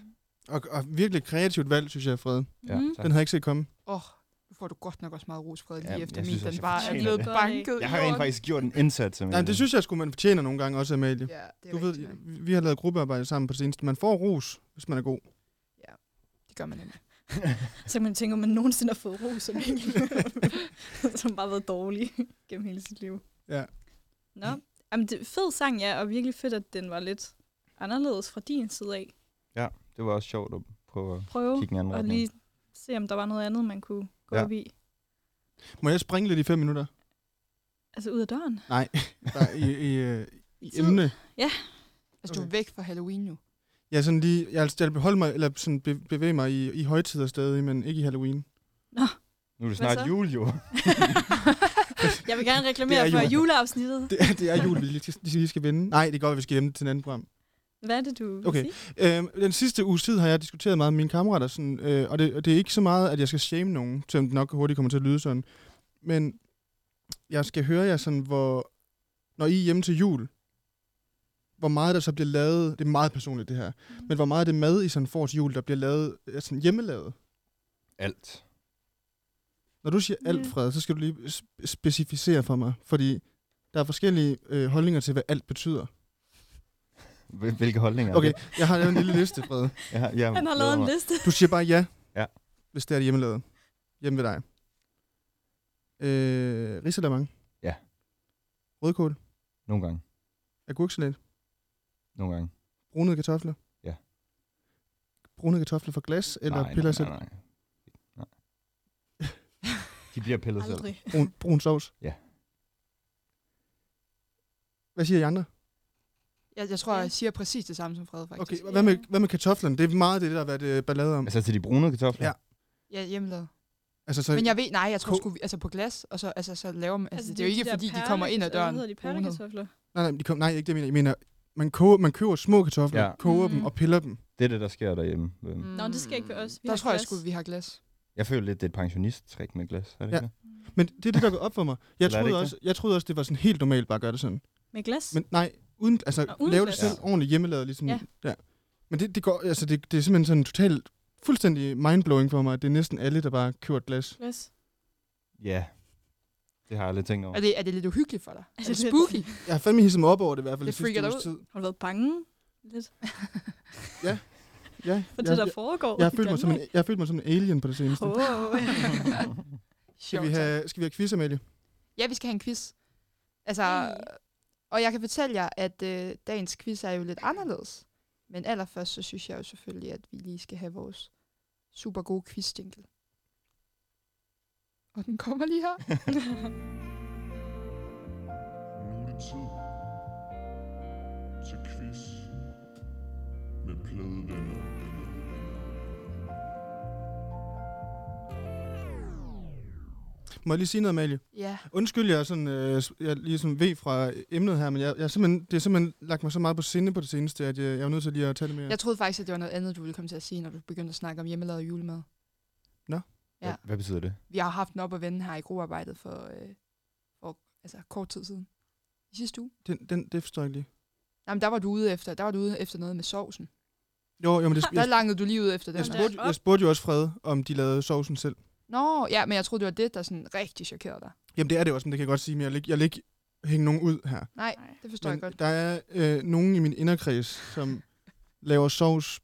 S3: Og, og virkelig kreativt valg, synes jeg, Fred.
S1: Ja,
S2: Mhm.
S1: tak.
S3: Den havde jeg ikke set komme.
S5: Åh, oh, nu får du godt nok også meget ros, Frederik, lige
S1: Jamen,
S5: efter
S1: jeg
S5: min.
S1: synes også,
S5: Den
S1: jeg
S5: bare er
S1: fortjener
S5: blevet
S2: det.
S5: banket
S1: Jeg
S5: i
S1: har rent
S5: jorden.
S1: faktisk gjort en indsats.
S3: Nej, men det synes jeg sgu, man fortjener nogle gange også, Amalie.
S5: Ja, det er
S3: Du ved,
S5: rigtigt nok.
S3: vi- vi har lavet gruppearbejde sammen på det seneste. Man får ros, hvis man er god.
S5: Det gør man nemlig.
S2: så kan man tænke, om man nogensinde har fået ros af Mikkel, som bare har været dårlig gennem hele sit liv.
S3: Ja.
S2: Nå, Jamen, det er fed sang, ja, og virkelig fedt, at den var lidt anderledes fra din side af.
S1: Det var også sjovt at prøve at
S2: Prøve
S1: kigge en anden
S2: at
S1: retning.
S2: lige se, om der var noget andet, man kunne gå
S1: Ja.
S2: ja. op i.
S3: Må jeg springe lidt i fem minutter?
S2: Altså ud af døren.
S3: Der, i, i, øh, i
S2: Tid.
S3: emne.
S5: Altså, du er
S3: Okay.
S5: væk fra Halloween nu.
S3: Ja, sådan lige, jeg, altså, jeg holde mig, eller sådan be, bevæge mig i, i højtider stadig, men ikke i Halloween.
S1: Nu er det
S2: Hvad
S1: snart
S2: så?
S1: jul, jo.
S2: Jeg vil gerne
S3: Det
S2: reklamere
S3: er
S2: for
S3: jul.
S2: juleafsnittet.
S3: Det, er- det er jul, vi lige skal, lige skal vende. Nej, det er godt, at vi skal vende til en anden program.
S2: Hvad er det, du vil
S3: Okay.
S2: sige?
S3: Øhm, den sidste uge tid har jeg diskuteret meget med mine kammerater, sådan, øh, og, det, og det er ikke så meget, at jeg skal shame nogen, selvom det nok hurtigt kommer til at lyde sådan. Men jeg skal høre jer sådan, hvor, når I er hjemme til jul, hvor meget der så bliver lavet, det er meget personligt det her,
S2: Mm.
S3: men hvor meget af det mad, I sådan får til jul, der bliver lavet, er sådan hjemmelavet.
S1: Alt.
S3: Når du siger
S2: Ja.
S3: alt, Fred, så skal du lige spe- specificere for mig, fordi der er forskellige øh, holdninger til, hvad alt betyder.
S1: Hvil- Hvilke holdninger? er
S3: Okay,
S1: det?
S3: jeg har lavet en lille liste, Fred.
S1: Ja, ja,
S2: Han har lavet en liste.
S3: Du siger bare ja.
S1: Ja.
S3: Hvis det er hjemmelavet. Hjemme ved dig. Øh, Risalamang.
S1: Ja.
S3: Rødkål.
S1: Nogle gange.
S3: Agurksalat.
S1: Nogle gange.
S3: Brunede kartofler.
S1: Ja.
S3: Brunede kartofler fra glas, eller
S1: nej,
S3: piller
S1: nej,
S3: selv.
S1: nej, nej. nej. De bliver pillet selv.
S2: Aldrig.
S3: Brun, brun sovs.
S1: Ja.
S3: Hvad siger I andre?
S5: Jeg, jeg tror,
S2: Ja.
S5: jeg siger præcis det samme som Frede, faktisk.
S3: Okay, hvad med, hvad med kartoflerne? Det er meget det, der har været øh, ballade om.
S1: Altså til de brune kartofler?
S3: Ja.
S5: Ja, hjemmelavet.
S3: Altså, så,
S5: Men jeg ved, nej, jeg tror
S3: Ko-
S5: sgu, vi- altså på glas, og så, altså, så laver man, altså, det er jo ikke, fordi de kommer ind ad døren.
S2: Hvad hedder de
S5: brune.
S2: perlekartofler?
S3: nej, nej, de kom, nej, ikke det, jeg mener. Jeg mener, man, koger, man køber små kartofler,
S1: Ja.
S3: ja. koger mm. dem
S2: Mm.
S3: og piller dem.
S1: Det er det, der sker derhjemme. Mm.
S2: Nå, det sker ikke ved os. Vi
S5: der
S2: har
S5: tror jeg
S2: glas.
S5: sgu, vi har glas.
S1: Jeg føler lidt, det er et pensionist-trick med glas. Er det
S3: Ja.
S1: ikke det?
S3: Men det er det, der går op for mig. Jeg
S1: Eller er det
S3: troede,
S1: ikke
S3: også, jeg troede også, det var sådan helt normalt bare at gøre det sådan.
S2: Med glas?
S3: Men nej, uden, altså,
S2: Og
S3: uden
S2: uden
S3: lave det
S2: plads.
S3: selv
S1: Ja.
S3: ordentligt hjemmelavet. Ligesom, ja.
S2: Ja.
S3: ja. Men det, det, går, altså, det, det er simpelthen sådan totalt fuldstændig mindblowing for mig, at det er næsten alle, der bare køber et glas.
S2: glas.
S1: Ja. Det har jeg aldrig tænkt over.
S5: Er det, er det lidt uhyggeligt for dig? Er
S2: Altså,
S5: det
S2: det er-
S5: spooky?
S3: Jeg har fandme hisset mig op over det i hvert fald
S5: Det
S3: det sidste
S5: freaker dig
S3: uges tid.
S2: Har du været bange lidt
S3: Ja,
S2: for
S3: jeg,
S2: det, der
S3: jeg,
S2: foregår
S3: jeg, har
S2: i
S3: følt mig som en,
S2: Danmark?
S3: jeg har følt mig som en alien på det seneste.
S2: Åh, oh,
S3: Skal vi
S5: Sjovt.
S3: have, skal vi have quiz, Amalie?
S5: Ja, vi skal have en quiz. Altså,
S2: Hey.
S5: og jeg kan fortælle jer, at øh, dagens quiz er jo lidt anderledes. Men allerførst, så synes jeg jo selvfølgelig, at vi lige skal have vores super gode quiz -jingle. Og den kommer lige her.
S8: Nu er det tid til quiz med pladevenner.
S3: Må jeg lige sige noget, Amalie?
S5: Ja,
S3: Undskyld, jeg er sådan, øh, jeg er lige sådan ved fra emnet her, men jeg, jeg er simpelthen, det har simpelthen lagt mig så meget på sinde på det seneste, at jeg, jeg er nødt til lige at tage det med jer.
S5: jeg troede faktisk, at det var noget andet, du ville komme til at sige, når du begyndte at snakke om hjemmelavet julemad.
S1: Hvad, hvad betyder det?
S5: Vi har jo haft den op at vende her i gruppearbejdet for, øh, for altså, kort tid siden. I sidste uge.
S3: Den, den, det forstår jeg ikke lige.
S5: Jamen, der var du ude efter, der var du ude efter noget med sovsen.
S3: Jo, jo, men det,
S5: Der
S3: jeg,
S5: langede du lige ud efter den
S3: jeg,
S2: Hold da
S5: der.
S3: spurgte,
S2: op.
S3: jeg spurgte jo også Frede, om de lavede sovsen selv.
S5: Nå, ja, men jeg troede, det var det, der sådan rigtig chokerede dig.
S3: Jamen det er det også, men det kan jeg godt sige, men jeg vil ikke, jeg vil ikke hænge nogen ud her.
S5: Nej, det forstår jeg
S3: Men
S5: godt.
S3: der er øh, nogen i min inderkreds, som laver sovs,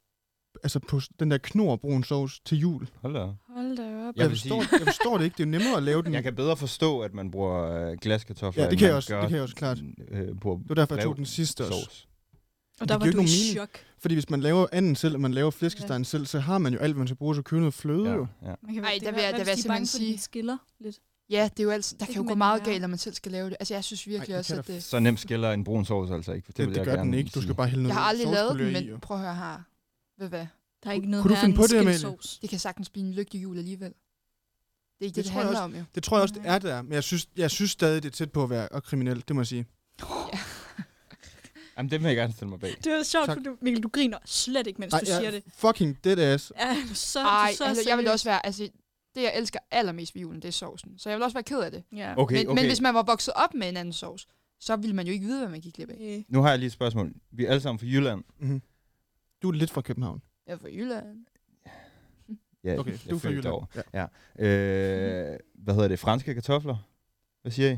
S3: altså på s- den der knorbrun sovs til jul.
S1: Hold da. op.
S2: Hold da op.
S1: Jeg
S3: Jeg
S1: vil
S3: forstår,
S1: sige-
S3: jeg forstår det ikke, det er jo nemmere at lave den.
S1: Jeg kan bedre forstå, at man bruger øh, glaskartofler,
S3: ja, det
S1: end
S3: kan, jeg
S1: man
S3: også,
S1: gør,
S3: det kan jeg også klart.
S1: Øh, på
S3: Det var derfor, jeg
S1: Lav
S3: tog den sidste også.
S1: sovs.
S2: Og
S3: det
S2: der
S3: giver
S2: var
S3: ikke
S2: du i
S3: nogen mening.
S2: chok.
S3: Fordi hvis man laver anden selv, og man laver flæskestegen selv, så har man jo alt, hvad man skal bruge, så købe noget fløde
S1: Ja,
S3: jo.
S1: ja.
S2: Man kan,
S5: Ej,
S2: det
S5: der
S2: kan
S5: vil jeg-
S2: være,
S5: der vil jeg
S2: hvis de er
S5: simpelthen
S2: bange for, at
S5: sige-
S2: den skiller lidt.
S5: Ja, det er jo altid, der
S2: Det
S5: kan
S2: kan
S5: jo gå
S2: man
S5: meget
S2: lære.
S5: galt, når man selv skal lave det. Altså, jeg synes virkelig
S3: Ej, det
S5: også,
S3: kan
S5: at
S3: der
S5: det...
S1: Så nemt skiller en brun sovs altså ikke. Det,
S3: Det,
S1: vil
S3: det
S1: jeg
S3: gør
S1: gerne
S3: den ikke. Du skal
S1: sige.
S3: bare hælde noget
S5: Jeg har aldrig lavet den,
S3: sovspulver i,
S5: men
S3: jo.
S5: prøv at høre her. Ved hvad?
S2: Der er ikke noget
S3: Kunne du
S2: værre
S3: finde
S2: end
S3: på det, Amalie?
S2: skilsovs.
S5: Det kan sagtens blive en lygtig jul alligevel. Det er ikke det, det, det
S3: tror jeg
S5: handler om, jo.
S3: Det tror jeg også, det
S2: Mm.
S3: er der, men jeg synes, jeg synes stadig, det er tæt på at være og kriminelt, det må jeg sige.
S1: Jamen, det vil jeg gerne stille mig bag.
S2: Det er sjovt,
S3: Tak.
S2: for du, Mikkel, du griner slet ikke, mens
S3: Ej,
S2: du
S3: jeg
S2: siger
S3: er
S2: det.
S3: Fucking dead ass.
S2: Ja, du er så,
S5: Ej,
S2: du er så
S5: altså, jeg vil
S2: seriøs.
S5: også være, altså, det jeg elsker allermest ved julen, det er sovsen. Så jeg vil også være ked af det.
S2: Ja.
S1: Okay,
S5: men,
S1: okay.
S5: men hvis man var vokset op med en anden sovs, så ville man jo ikke vide, hvad man gik glip af.
S2: Okay.
S1: Nu har jeg lige et spørgsmål. Vi er alle sammen fra Jylland.
S3: Mm-hmm. Du er lidt fra København.
S5: Jeg fra Jylland.
S3: Mm.
S1: Ja,
S3: Okay,
S1: jeg
S3: du er fra
S1: følte
S3: Jylland.
S1: over.
S3: Ja.
S1: Øh, hvad hedder det? Franske kartofler? Hvad siger I?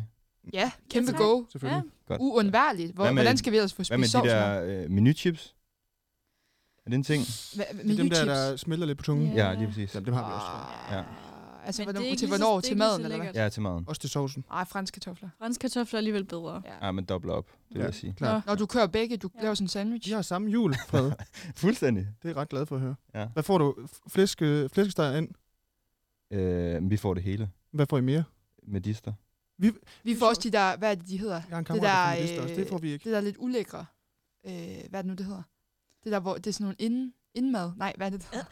S5: Ja, kæmpe
S2: tak.
S5: go.
S3: Selvfølgelig.
S1: Godt.
S5: Uundværligt. Hvor,
S1: Hvad med-
S5: hvordan skal vi ellers få
S1: Hvad med
S5: spist
S1: de
S5: sovsen?
S1: der
S5: op?
S1: øh, menuchips? Er det en ting?
S5: Hva-
S3: Det er dem der,
S5: menuchips?
S3: der smelter lidt på tungen.
S1: Ja,
S2: Ja.
S1: ja lige præcis.
S3: Ja, dem har vi også.
S1: Ja.
S5: Ah, Altså,
S2: Men
S5: hvornår,
S2: det er ikke
S5: til
S2: lige så-
S5: hvornår?
S2: det er
S5: Til
S2: ikke lige
S5: maden,
S2: så
S5: eller hvad?
S2: lækkert.
S1: Ja, til maden.
S3: Også til sovsen.
S5: Ej, franske kartofler.
S2: Franske kartofler er alligevel bedre.
S5: Ja.
S1: Ja, men dobbelt op, det vil
S3: Ja.
S1: jeg sige.
S3: Klart.
S2: Nå.
S5: Når du kører begge, du
S2: Ja.
S5: laver sådan en sandwich.
S3: De har samme jul, Fred.
S1: Fuldstændig.
S3: det er jeg ret glad for at høre.
S1: Ja.
S3: Hvad får du? F- Flæske, flæskesteg ind?
S1: Øh, men vi får det hele.
S3: Hvad får I mere?
S1: Medister.
S5: Vi får også de der, hvad er det, de hedder?
S3: Jeg har en
S5: Det
S3: kammerat,
S5: der,
S3: der, der øh... også. Det
S5: øh,
S3: får vi ikke.
S5: Det der lidt ulækre. Øh, hvad er det nu, det hedder? Det der, hvor det er sådan nogle inden, indmad. Nej, hvad er det, det hedder?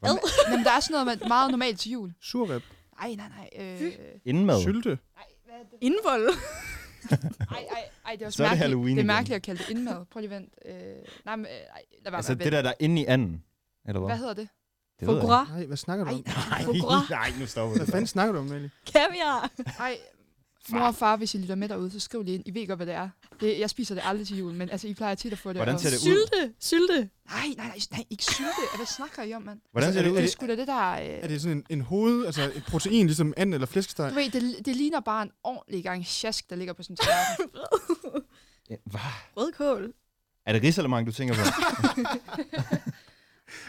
S1: Hvad?
S5: Jamen, der er sådan noget med meget normalt til jul.
S3: Surrep.
S5: Ej, nej, nej. Øh,
S1: Indenmad.
S3: Sylte.
S5: nej, hvad er det?
S2: Indvold.
S5: Ej, ej, ej, det er også
S1: Så er det
S5: mærkeligt.
S1: Halloween
S5: det er
S1: igen.
S5: mærkeligt at kalde det indmad. Prøv lige vent. Øh, nej, men, øh, ej, lad være
S1: Altså
S5: med at
S1: det der, der er inde i anden. Eller hvad?
S5: Hvad hedder det?
S1: det ved jeg
S2: Fogra.
S3: Nej, hvad snakker du
S5: Ej,
S3: om?
S1: ikke.
S2: Fogra.
S1: Nej, nej, nu stopper
S3: Hvad fanden snakker du om, Mali?
S2: Kaviar.
S5: Ej, mor og far, hvis I lytter med derude, så skriv lige ind. I ved godt, hvad det er. Det, jeg spiser det aldrig til jul, men altså, I plejer tit at få det.
S1: Hvordan
S5: og-
S1: ser det ud?
S2: Sylte. Sylte.
S5: Nej, nej, nej, nej, ikke sylte. Hvad snakker I om, mand?
S1: Hvordan
S3: Altså,
S1: ser
S3: er
S1: det
S3: det-
S1: ud?
S5: Det er
S3: det-
S5: sgu da det der...
S3: Er
S5: Øh,
S3: det sådan en, en hoved, altså et protein, ligesom and eller flæskesteg?
S5: du ved, det, det ligner bare en ordentlig gang sjask, der ligger på sådan en tallerken.
S1: Ja, Hvad?
S2: Rødkål.
S1: Er det risalemang, du tænker på?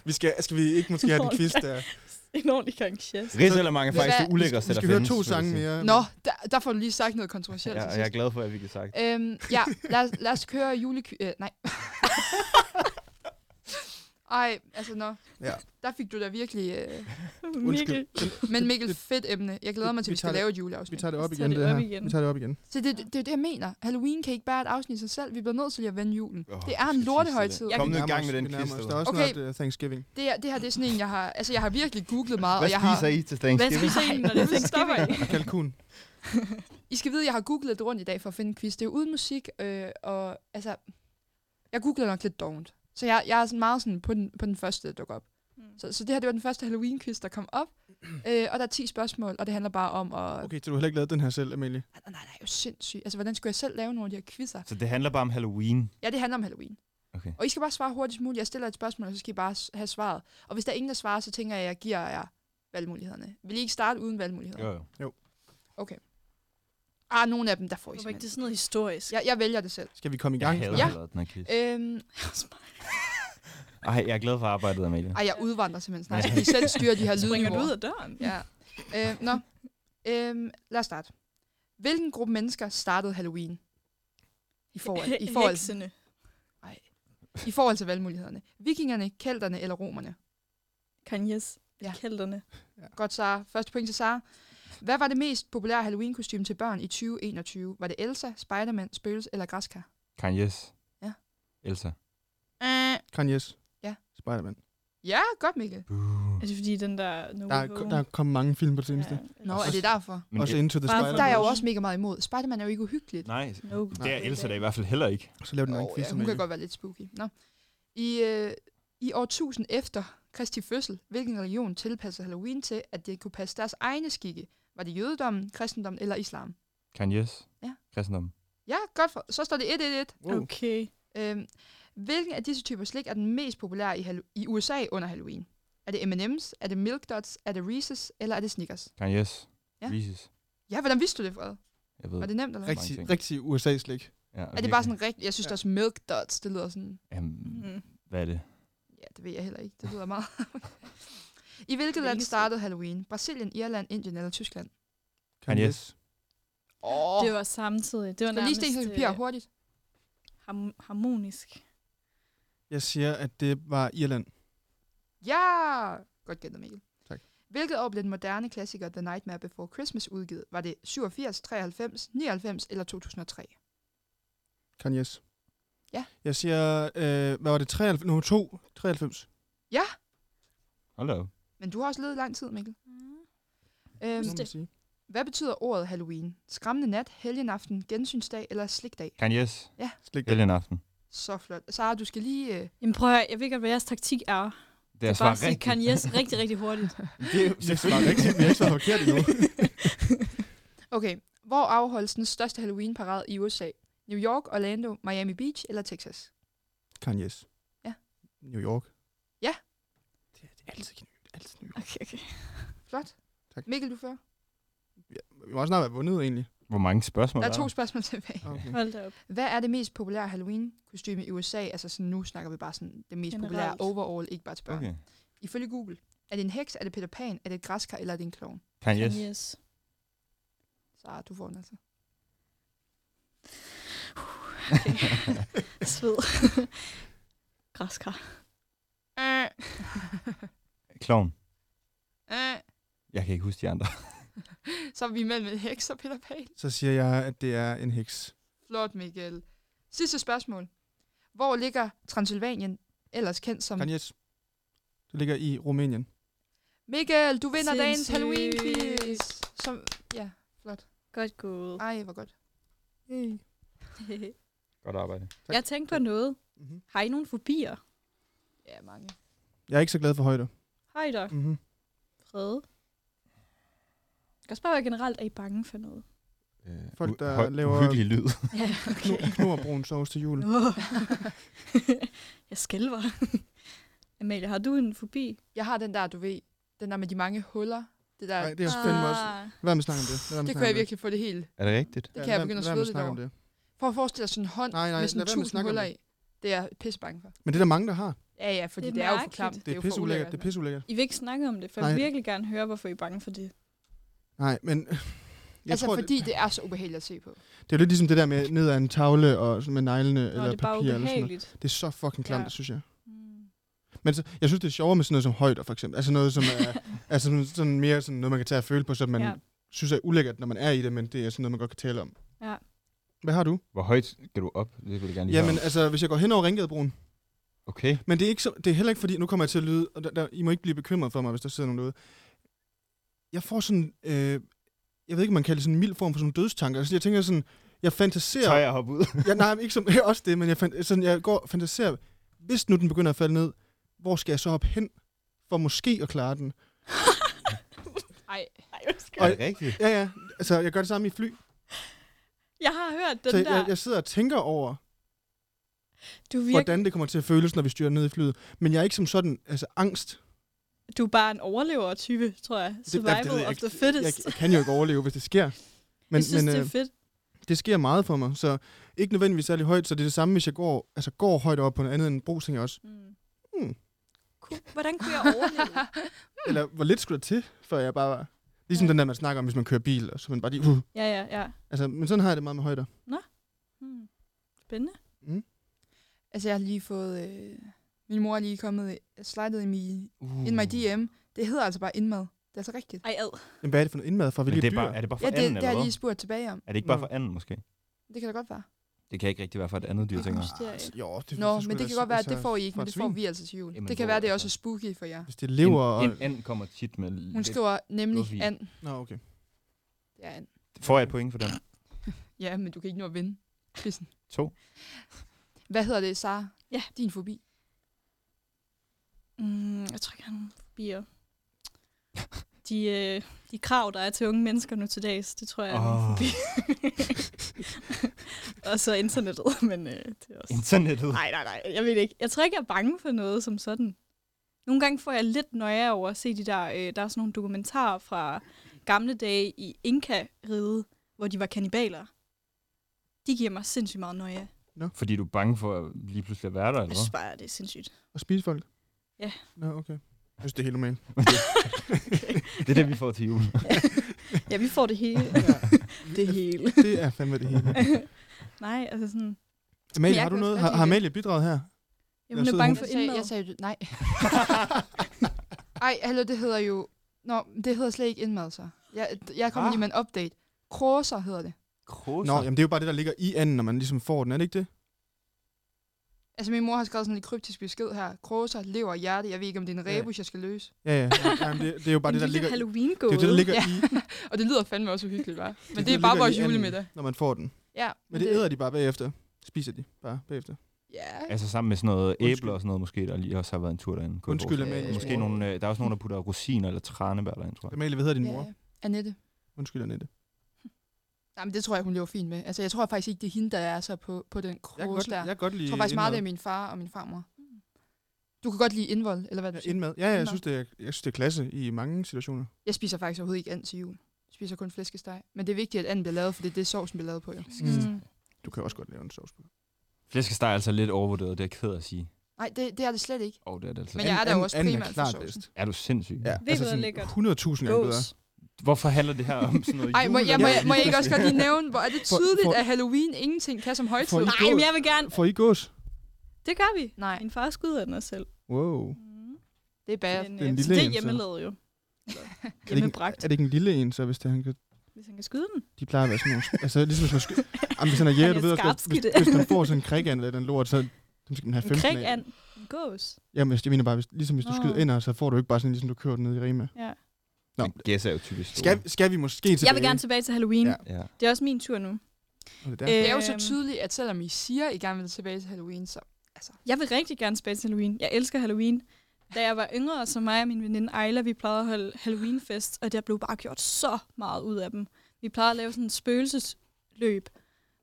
S3: Vi skal, skal vi ikke måske have den quiz der?
S2: En ordentlig gang chess.
S1: Risalemang er
S5: Ved
S1: faktisk
S5: hvad?
S1: det ulækkerste,
S3: Vi
S1: der
S3: skal høre
S1: findes.
S3: to
S1: vil jeg
S3: sange
S1: sige.
S3: mere.
S5: Nå, der, der får du lige sagt noget kontroversielt
S1: Ja,
S5: til
S1: og jeg
S5: sidst.
S1: er glad for, at vi kan sagt.
S5: Øhm, ja, lad os, lad os køre juleky... Øh, nej. Ej, altså nå.
S3: Ja.
S5: Der fik du da virkelig... Øh.
S2: Mikkel.
S5: Men Mikkel, fedt emne. Jeg glæder mig til,
S3: Vi
S5: vi skal
S3: tager det-
S5: lave et
S3: Vi
S5: juleafsnit.
S3: tager det op
S2: Vi
S3: igen,
S2: tager det
S3: det
S2: op
S3: her.
S2: igen.
S3: Vi tager det op igen.
S5: Så det, det, det er det, jeg mener. Halloween kan ikke være et afsnit i sig selv. Vi bliver nødt til lige at vende julen.
S1: Åh,
S5: det er
S1: vi
S5: en
S1: skal
S5: lortehøjtid.
S1: tisse
S5: Jeg,
S1: Kom nu i
S3: Vi nærmer
S1: gang med
S3: os-
S1: den
S3: vi
S1: quiz.
S3: nærmer os.
S1: derude.
S3: Der er også
S5: Okay.
S3: snart uh, Thanksgiving.
S5: det, er, det her det er sådan en, jeg har... Altså, jeg har virkelig googlet meget.
S1: Hvad
S5: og jeg har,
S1: spiser I til
S2: Hvad
S1: Thanksgiving?
S2: spiser I, når det er stopper I?
S3: Kalkun.
S5: I skal vide, at jeg har googlet rundt i dag for at finde en quiz. Det er jo uden musik, øh, og altså, jeg googlede nok lidt dovent. Så jeg, jeg er sådan meget sådan på den, på den første, der dukker op.
S2: Mm.
S5: Mm. Så, så det her, det var den første Halloween-quiz, der kom op. øh, og der er 10 spørgsmål, og det handler bare om at... Okay.
S3: Okay, så du har heller ikke lavet den her selv, Amelie.
S5: Nej, nej, nej, det er jo sindssygt. Altså, hvordan skulle jeg selv lave nogle af de her quizzer?
S1: Så det handler bare om Halloween.
S5: Ja, det handler om Halloween.
S1: Okay.
S5: Og I skal bare svare hurtigst muligt. Jeg stiller et spørgsmål, og så skal I bare s- have svaret. Og hvis der er ingen, der svarer, så tænker jeg, at jeg giver jer valgmulighederne. Vil I ikke starte uden valgmuligheder?
S1: Jo,
S5: Ja.
S1: jo.
S5: Ah, nogle af dem, der får I
S2: Hvorfor ikke det
S5: simpelthen.
S2: er sådan noget historisk?
S5: Jeg, jeg vælger det selv.
S3: Skal vi komme i
S1: Jeg
S3: gang?
S1: hader
S5: Ja.
S1: ja. den her quiz.
S5: Øhm,
S1: Ej, jeg er glad for arbejdet, Amalie.
S5: Ej, jeg udvandrer simpelthen snart.
S1: Ja.
S5: Jeg skal selv styre de her
S2: Springer du ud
S5: lydniveauer.
S2: af døren?
S5: Ja. Øh, nå. Øh, lad os starte. Hvilken gruppe mennesker startede Halloween? I får, al- I får, altså,
S2: Heksene.
S5: I får altså valgmulighederne. Vikingerne, kelterne eller romerne?
S2: Kanyes.
S5: Ja.
S2: Kælderne.
S5: Godt, Sara. Første point til Sara. Hvad var det mest populære halloween kostume til børn i 2021? Var det Elsa, Spider-Man, Spøgels eller Græskar?
S1: Kanye's.
S5: Ja.
S1: Elsa.
S5: Øh.
S3: Kanye's.
S5: Ja.
S3: Spider-Man.
S5: Ja, godt, Mikkel.
S1: Uh.
S2: Er det fordi den der... No
S3: Der er,
S2: Way Home?
S3: der er kommet mange film på det seneste.
S2: Ja.
S5: Nå,
S2: Nå,
S5: er det derfor?
S1: Men
S3: Også
S1: et-
S3: Into the
S2: Bare-
S3: Spider-Man.
S5: Der er jeg jo også mega meget imod. Spider-Man er jo ikke uhyggeligt.
S1: Nej,
S2: no.
S1: det er Elsa da i hvert fald heller ikke.
S3: Så laver den en
S5: Og,
S3: quiz,
S5: ja, hun kan godt være lidt spooky. Nå. I, øh, I år 1000 efter Kristi fødsel, hvilken religion tilpassede Halloween til, at det kunne passe deres egne skikke? Var det jødedommen, kristendommen eller islam?
S1: Kanye's.
S5: Ja.
S1: Kristendom.
S5: Ja, godt. For, så står det 111.
S3: Wow.
S2: Okay.
S5: Øhm, hvilken af disse typer slik er den mest populære i, Hallo- i USA under Halloween? Er det M&M's, er det Milk Dots, er det Reese's eller er det Snickers?
S1: Kanye's.
S5: Ja.
S1: Reese's.
S5: Ja, hvordan vidste du det, Fred?
S1: Jeg ved.
S5: Var det nemt eller hvad?
S3: Rigtig,
S1: ting.
S3: rigtig USA-slik.
S1: Ja,
S5: Er det bare sådan rigtigt? Jeg synes
S3: Ja.
S5: ja. også Milk Dots, det lyder sådan...
S1: Jamen,
S2: Mm.
S1: hvad er det?
S5: Ja, det ved jeg heller ikke. Det lyder meget. I hvilket land
S2: Hvilket
S5: startede Halloween? Brasilien, Irland, Indien eller Tyskland?
S1: Kanye's.
S5: Åh, oh,
S2: Det var samtidig. Det var
S5: skal vi lige
S2: nærmest
S5: sten, til papir
S2: øh,
S5: hurtigt.
S2: ham- harmonisk.
S3: Jeg siger, at det var Irland.
S5: Ja! Godt gættet, Mikkel.
S3: Tak.
S5: Hvilket år blev den moderne klassiker The Nightmare Before Christmas udgivet? Var det 87, 93, 99 eller 2003?
S3: Kanye's.
S5: Ja.
S3: Jeg siger, øh, hvad var det? 93? Nummer 2? 93.
S1: Hold da op.
S2: Mm.
S5: Men du har også levet i lang tid, Mikkel. Øhm,
S3: det må man sige.
S5: hvad betyder ordet Halloween? Skræmmende nat, helgenaften, gensynsdag eller slikdag?
S1: Kanyes,
S3: Slik.
S1: vælg en aften.
S5: Så flot. Sara, du skal lige... Øh,
S2: Jamen prøv at høre, jeg ved godt, hvad jeres taktik er.
S1: Det er
S2: Jeg bare
S1: svaret
S2: sige
S1: rigtigt.
S2: Kanye West rigtig, rigtig hurtigt.
S1: Det er jo
S3: Jeg svarer rigtigt, vi har ikke svaret forkert endnu.
S5: okay, hvor afholdes den største Halloween-parade i USA? New York, Orlando, Miami Beach eller Texas?
S3: Kanye's.
S5: Ja.
S3: New York.
S5: Ja.
S3: Det er, det er altid, New- altid New York.
S2: Okay, okay.
S5: Flot.
S3: Tak.
S5: Mikkel, du før.
S3: Vi må også snart være vundet, egentlig.
S1: Hvor mange spørgsmål
S5: Der er to spørgsmål tilbage.
S3: Okay.
S2: Hold da op.
S5: Hvad er det mest populære Halloween-kostyme i USA? Altså sådan, nu snakker vi bare sådan det mest populære
S2: Generelt.
S5: overall, ikke bare til børn. Okay.
S1: Okay.
S5: Ifølge Google. Er det en heks, er det Peter Pan, er det et græskar eller er det en klovn?
S1: Kanyes.
S2: Kanye West.
S5: Så du får den altså.
S2: Sved. Græskar.
S5: Øh,
S1: Kloven.
S5: øh.
S1: Jeg kan ikke huske de andre.
S5: Så er vi imellem med heks og Peter Pan.
S3: Så siger jeg, at det er en heks.
S5: Flot, Mikkel. Sidste spørgsmål. Hvor ligger Transylvanien, ellers kendt som...
S3: Kanye's. Det ligger i Rumænien.
S5: Mikkel, du vinder dagens
S2: Sindssygt.
S5: Halloween-quiz. Som... Ja,
S2: Godt gået.
S5: ej, hvor godt.
S3: Hey.
S1: Godt arbejde.
S2: jeg tænkte på noget.
S3: Mm-hmm.
S2: Har I nogen fobier?
S5: Ja, mange.
S3: Jeg er ikke så glad for højder.
S2: Hej da.
S3: Mm-hmm.
S2: Fred. Jeg kan også bare være generelt, er I bange for noget?
S1: Øh,
S3: Folk,
S1: u-
S3: der
S1: høj-
S3: laver-
S1: Uhyggelig lyd.
S2: Ja,
S3: Knu, knur brun sovs til jul.
S2: Åh. jeg skælver. Amalie, har du en fobi?
S5: Jeg har den der, du ved, den der med de mange huller. Det der,
S3: Nej, det er også fandme også.
S2: Ah.
S3: Hvad med at snakke om det? Lad være med at
S5: det
S3: snakke
S5: kunne jeg
S3: om
S5: virkelig få det helt.
S1: Er det rigtigt?
S5: Det kan jeg begynde at svede lidt over.
S3: det.
S5: For at forestille dig sådan en hånd
S3: Nej, nej,
S5: med
S3: lad
S5: sådan
S3: være med at
S5: tusind
S3: snakke om
S5: huller
S3: det.
S5: i. Det er jeg pisse bange for.
S3: Men det er der mange, der har.
S5: Ja, ja, fordi
S2: Det
S5: det,
S2: er
S5: det er jo for
S2: mærkeligt.
S5: klamt.
S3: Det er
S5: jo for
S3: pisseulækkert.
S5: ulækkert,
S3: Det er
S5: mand.
S3: pisseulækkert.
S2: I vil ikke snakke om det, for Nej. jeg
S3: Nej.
S2: vil virkelig gerne høre, hvorfor I er bange for det.
S3: Nej, men... Jeg
S5: Altså,
S3: tror,
S5: fordi det er så ubehageligt at se på.
S3: det, det er jo lidt ligesom det der med ned ad en tavle og sådan med neglene
S2: Nå,
S3: eller
S2: det er bare
S3: papir eller sådan noget.
S2: ubehageligt.
S3: Det er så fucking klamt,
S2: Ja.
S3: ja. synes jeg.
S2: Mm.
S3: Men så, jeg synes, det er sjovere med sådan noget som højder, for eksempel. Altså noget, som er altså sådan, sådan mere sådan noget, man kan tage og føle på, som man
S2: Ja.
S3: ja. synes er ulækkert, når man er i det, men det er sådan noget, man godt kan tale om.
S2: Ja.
S3: Hvad har du?
S1: Hvor højt skal du op? Det vil jeg gerne lige
S3: Jamen,
S1: høre.
S3: altså, hvis jeg går hen over Ringgadebroen.
S1: Okay.
S3: Men det er, ikke så, det er heller ikke fordi, nu kommer jeg til at lyde, og der, der, I må ikke blive bekymret for mig, hvis der sidder nogen derude. Jeg får sådan, øh, jeg ved ikke, om man kalder det sådan en mild form for sådan nogle dødstanker. Altså, jeg tænker sådan, jeg fantaserer...
S1: Tør jeg hoppe ud?
S3: ja, nej, men ikke som også det, men jeg, fandt, sådan, jeg går og fantaserer, hvis nu den begynder at falde ned, hvor skal jeg så hoppe hen for måske at klare den?
S5: Ej,
S1: er det rigtigt?
S3: Ja, ja. Altså, jeg gør det samme i fly.
S2: Jeg har hørt den
S3: så
S2: der.
S3: jeg, jeg sidder og tænker over,
S2: du, er virke,
S3: hvordan det kommer til at føles, når vi styrer ned i flyet. Men jeg er ikke som sådan, altså angst.
S2: du er bare en overlever-type, tror jeg. Survival
S3: det ved jeg
S2: of
S3: ikke.
S2: the fittest.
S3: Jeg, jeg kan jo ikke overleve, hvis det sker. Men,
S2: jeg synes,
S3: men øh,
S2: det
S3: det,
S2: er fedt.
S3: det sker meget for mig, så ikke nødvendigvis særlig højt. Så det er det samme, hvis jeg går, altså går højt op på noget andet end brug, tænker jeg også.
S2: Mm.
S3: Hmm.
S2: Ku- Hvordan kunne jeg overleve?
S3: Eller hvor lidt skulle der til, før jeg bare var... Ligesom
S2: Ja.
S3: ja. den der, man snakker om, hvis man kører bil, og så man bare lige... Uh.
S2: ja, ja, ja.
S3: Altså, men sådan har jeg det meget med højder.
S2: Hmm. Spændende.
S3: Mm.
S5: altså jeg har lige fået... Øh, min mor er lige kommet øh, slidet i min,
S1: Uh.
S5: in my DM. Det hedder altså bare indmad. Det er altså rigtigt.
S2: Ej, ad.
S3: Men hvad er det for noget indmad fra?
S1: Men
S3: Hvilke
S1: det
S3: dyr?
S1: er, bare, er det bare for
S5: Ja,
S1: anden,
S5: det, det
S1: eller
S5: har jeg
S1: hvad?
S5: lige spurgt tilbage om.
S1: Er det ikke bare
S3: Nå.
S1: for anden, måske?
S5: Det kan da godt være.
S1: Det kan ikke rigtig være for et andet dyr, tænker jeg.
S2: Mysterier.
S3: Altså, jo, det,
S5: Nå,
S3: så
S5: men
S3: skulle
S5: det
S3: da-
S5: kan godt være, at
S3: altså,
S5: det får I ikke,
S3: for
S5: men
S3: et
S5: det får
S3: svin.
S5: vi altså til jul.
S1: Jamen,
S5: det kan
S1: hvor
S5: være, det er
S1: altså.
S5: også er spooky for jer.
S3: Hvis det lever
S1: en, en
S3: og...
S1: and kommer tit med
S5: Hun
S1: lidt...
S5: skriver nemlig
S1: Ludvig.
S5: and.
S3: Nå, okay.
S5: Det er and.
S1: Får jeg et point for den?
S5: Ja, men du kan ikke nå at vinde. Quizzen.
S1: To.
S5: Hvad hedder det, Sara?
S2: Ja.
S5: Din fobi.
S2: Mm, jeg tror ikke, han bier. De, øh, de krav, der er til unge mennesker nu til dags, det tror jeg er
S1: Åh.
S2: oh. forbi. og så internettet, men øh, det er også...
S1: Internettet.
S2: Nej, nej, nej, jeg ved det ikke. Jeg tror ikke, jeg er bange for noget som sådan. Nogle gange får jeg lidt nøje over at se de der... Øh, der er sådan nogle dokumentarer fra gamle dage i Inka-riget, hvor de var kannibaler. De giver mig sindssygt meget nøje.
S1: Fordi du er bange for at lige pludselig at være der,
S2: Jeg
S1: eller
S2: synes
S1: hvad?
S2: bare, det er sindssygt.
S3: Og spise folk?
S2: Ja.
S3: Nå, okay. Jeg synes, det er helt normalt.
S1: Det er det, vi får til jul.
S2: Ja, vi får det hele. det hele.
S3: Det er fandme det hele.
S2: Nej, altså sådan...
S3: Amalie,
S5: jeg
S3: har du
S5: kan også
S3: noget?
S5: godt
S3: Har,
S5: lide
S3: har
S5: det.
S3: Amalie bidraget her?
S2: Jamen, hun
S3: sidder
S2: er bange
S3: hun-
S2: for
S5: Jeg sagde,
S2: indmad.
S5: jeg sagde, nej. Ej, hallo, det hedder jo... Nå, det hedder slet ikke indmad, så. Jeg, jeg kommer
S1: Hva?
S5: lige med en update. Kråser hedder det.
S1: Kroser.
S3: Nå, jamen det er jo bare det, der ligger i anden, når man ligesom får den, er det ikke det?
S5: Altså, min mor har skrevet sådan en lidt kryptisk besked her. Kråser, lever og hjerte. Jeg ved ikke, om det er en
S3: Ja.
S5: rebus, jeg skal løse.
S3: Ja, ja. Jamen, det, det er jo bare
S2: en
S3: det, der
S2: lille
S3: ligger, det
S2: halloween
S3: er jo det, der ligger
S5: Ja.
S3: i,
S5: Og det lyder fandme også uhyggeligt, hva'? Men det,
S3: der
S5: er bare
S3: ligger
S5: vores
S3: i anden,
S5: julemiddag.
S3: Når man får den.
S5: Ja,
S3: Men det æder de bare bagefter. Spiser de bare bagefter.
S5: Ja.
S1: Altså sammen med sådan noget
S3: Undskyld.
S1: æbler og sådan noget måske, der lige også har været en tur derinde. kunne jeg
S3: Undskyld,
S1: forestille
S5: Øh,
S3: Amalie.
S1: mig. Måske
S5: mor.
S1: nogle, øh, der er også nogen, der putter rosiner eller tranebær derinde, tror jeg.
S3: Amalie, hvad hedder din
S5: Ja,
S3: mor?
S5: ja. Annette.
S3: Undskyld, Annette.
S5: Nej, men det tror jeg, hun lever fint med. Altså, jeg tror faktisk ikke, det er hende, der er så på, på den
S3: Jeg kan
S5: kros
S3: godt,
S5: der.
S3: jeg kan godt lide
S5: Jeg tror faktisk meget, det er
S3: indmad.
S5: min far og min farmor. Du kan godt lide indvold, eller hvad du
S3: Ja,
S5: siger.
S3: indmad. Ja, ja, jeg
S5: Indmad.
S3: synes, det er, jeg synes, det er klasse i mange situationer.
S5: Jeg spiser faktisk overhovedet ikke and til jul. Jeg spiser kun flæskesteg. Men det er vigtigt, at anden bliver lavet, for det er det, sovsen bliver lavet på, jo.
S3: Mm. Du kan også godt lave en sovs.
S1: Flæskesteg er altså lidt overvurderet, det er jeg ked af at sige.
S5: Nej, det, det er det slet ikke.
S1: Åh, oh, det er det altså.
S5: Men jeg er der jo også
S3: anden
S5: primært
S3: er
S5: for
S3: klart
S5: sovsen.
S3: bedst.
S1: Er du sindssyg?
S3: Ja, altså
S2: Det lyder lækkert.
S3: 100.000 gange bedre.
S1: Hvorfor handler det her om sådan noget
S5: Ej, må, jeg, må, jeg, må jeg ikke også godt lige
S1: juleværk?
S5: nævne, hvor er det
S3: For-
S5: tydeligt,
S3: for-
S5: at Halloween ingenting kan som højtid?
S3: For-
S5: Nej.
S2: Nej, men jeg vil gerne.
S3: Får I gås?
S2: Det gør vi.
S5: Nej,
S2: Min far skyder den os selv.
S3: Wow.
S2: Mm.
S5: det er bad.
S2: Men,
S3: Den
S2: øh,
S3: lille
S2: det
S3: en,
S2: er
S3: så.
S2: hjemmelavet jo.
S3: Er det, ikke,
S2: Hjemmebragt,
S3: er det ikke en lille en, så hvis det, han kan,
S2: hvis han kan skyde den.
S3: de plejer at være sådan nogle... Altså, ligesom hvis man skyder... Jamen, hvis han er jæger,
S2: Han
S3: du
S2: er
S3: ved også, godt,
S2: skarpskidt.
S3: hvis, hvis man får sådan en krigan eller den lort, så så skal den have
S2: En
S3: 15
S2: krig
S3: af.
S2: and en gås.
S3: Jamen, hvis- jeg mener bare, hvis, ligesom hvis du
S2: Nå.
S3: skyder ind, så får du ikke bare sådan, ligesom du kører ned i Rima.
S2: Ja.
S3: Nå.
S1: Men Gæs er jo typisk store.
S3: Skal, skal vi måske tilbage?
S2: Jeg vil gerne tilbage til Halloween.
S3: Ja.
S2: Ja.
S1: Ja.
S2: Det er også min tur nu.
S3: Og det er der.
S5: Det er jo så
S2: Øhm,
S5: tydeligt, at selvom I siger, at I gerne vil tilbage til Halloween, så altså.
S2: Jeg vil rigtig gerne tilbage til Halloween. Jeg elsker Halloween. Da jeg var yngre, så mig og min veninde Ejla, vi plejede at holde Halloweenfest, og der blev bare gjort så meget ud af dem. Vi plejede at lave sådan en spøgelsesløb,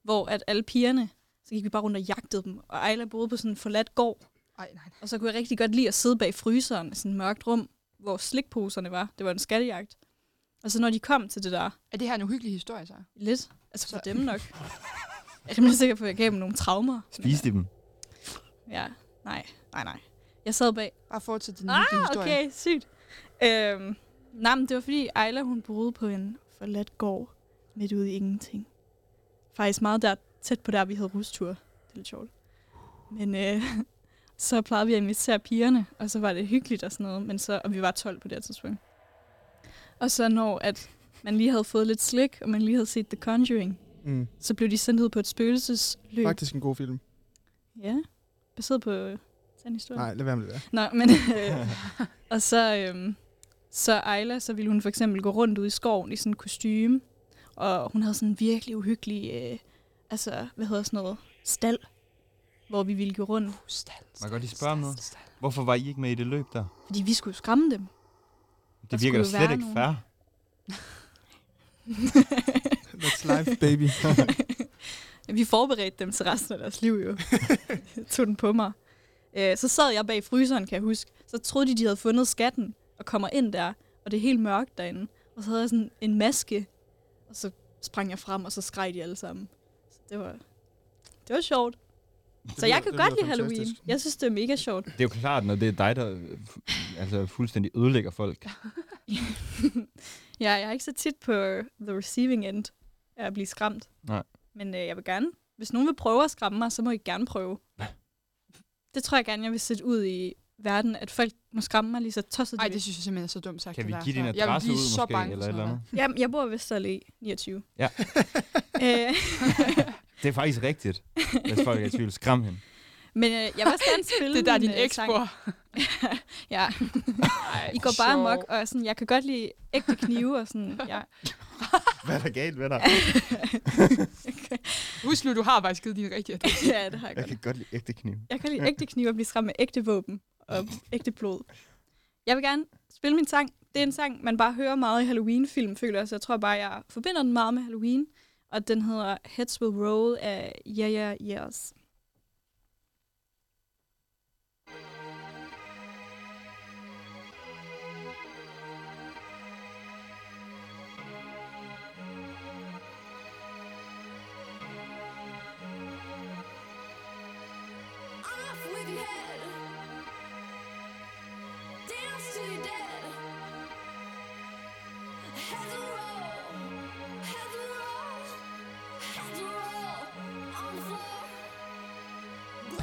S2: hvor at alle pigerne, så gik vi bare rundt og jagtede dem. Og Ejla boede på sådan en forladt gård,
S5: Ej, nej, nej.
S2: og så kunne jeg rigtig godt lide at sidde bag fryseren i sådan et mørkt rum, hvor slikposerne var. Det var en skattejagt. Og så når de kom til det der,
S5: Er det her en uhyggelig historie, så?
S2: lidt, altså for
S5: Så-
S2: dem nok, altså, jeg er rimelig sikker på, at jeg gav dem nogle traumer. Men,
S1: Spiste de dem?
S2: Ja, nej, nej, nej. Jeg sad bag
S5: Bare fortsæt din
S2: Ah,
S5: uhyggelig historie.
S2: Okay, sygt. Øhm, nej, men det var fordi Ejla, hun boede på en forladt gård midt ude i ingenting. Faktisk meget der, tæt på der, vi havde rustur. Det er lidt sjovt. Men øh, så plejede vi at invitere pigerne, og så var det hyggeligt og sådan noget, men så, og vi var 12 på det her tidspunkt. Og så når at man lige havde fået lidt slik, og man lige havde set The Conjuring,
S3: Mm.
S2: så blev de sendt ud på et spøgelsesløb.
S3: Faktisk en god film.
S2: Ja, baseret på øh, sand historie.
S3: Nej, lad være med det der.
S2: Nå, men... Øh, og så, øh, så Ejla, så ville hun for eksempel gå rundt ude i skoven i sådan en kostume, og hun havde sådan en virkelig uhyggelig, øh, altså, hvad hedder sådan noget, stald, hvor vi ville gå rundt,
S5: Stald,
S1: Må jeg godt lige spørge om noget? Hvorfor var I ikke med i det løb der?
S2: fordi vi skulle jo skræmme dem. Der
S1: Det virker jo
S2: skulle jo
S1: slet
S2: være
S1: ikke
S2: nogen.
S1: fair.
S3: That's life, baby.
S2: Vi forberedte dem til resten af deres liv jo. Jeg tog den på mig. Øh, Så sad jeg bag fryseren, kan jeg huske. Så troede de, de havde fundet skatten, og kommer ind der, og det er helt mørkt derinde. Og så havde jeg sådan en maske, og så sprang jeg frem, og så skreg de alle sammen. Så det var, det var sjovt. Så jeg kan godt lide Halloween. Jeg synes, det er mega sjovt.
S1: Det er jo klart, når det er dig, der øh, fu- altså, fuldstændig ødelægger folk.
S2: ja, jeg er ikke så tit på øh, the receiving end af at blive skræmt.
S1: Nej.
S2: Men øh, jeg vil gerne. Hvis nogen vil prøve at skræmme mig, så må I gerne prøve. Det tror jeg gerne, jeg vil sætte ud i verden, at folk må skræmme mig lige så tosset de
S5: Nej,
S2: vil.
S5: det synes jeg simpelthen er så dumt sagt.
S1: Kan
S5: det
S1: vi
S5: der.
S1: give din
S5: Jeg vil
S1: adresse
S5: blive
S1: ud
S5: så
S1: måske?
S5: bange
S1: eller et eller andet?
S2: Jamen, jeg bor ved Vesterallé 29.
S1: Ja.
S2: øh,
S1: Det er faktisk rigtigt, hvis folk er i tvivl. Skræm hende.
S2: men øh, jeg vil også gerne spille
S5: Det er der,
S2: min,
S5: din
S2: øh,
S5: eks
S2: sang.
S5: bor.
S2: Ja, I går bare amok, og sådan, jeg kan godt lide ægte knive og sådan. Ja.
S1: Hvad er der galt med dig?
S5: Husk nu, du har faktisk givet din rigtige adresse.
S2: ja, det har jeg godt.
S1: godt lide ægte kniv.
S2: Jeg kan lide ægte knive og blive skræmt med ægte våben og ægte blod. Jeg vil gerne spille min sang. Det er en sang, man bare hører meget i Halloween-film, føler jeg, så jeg tror bare, jeg forbinder den meget med Halloween. Og den hedder Heads Will Roll af Yeah Yeah Yeahs.
S6: Off with your head. Dance till you're dead. Heads will roll. Heads will roll. Heads will roll. On the floor.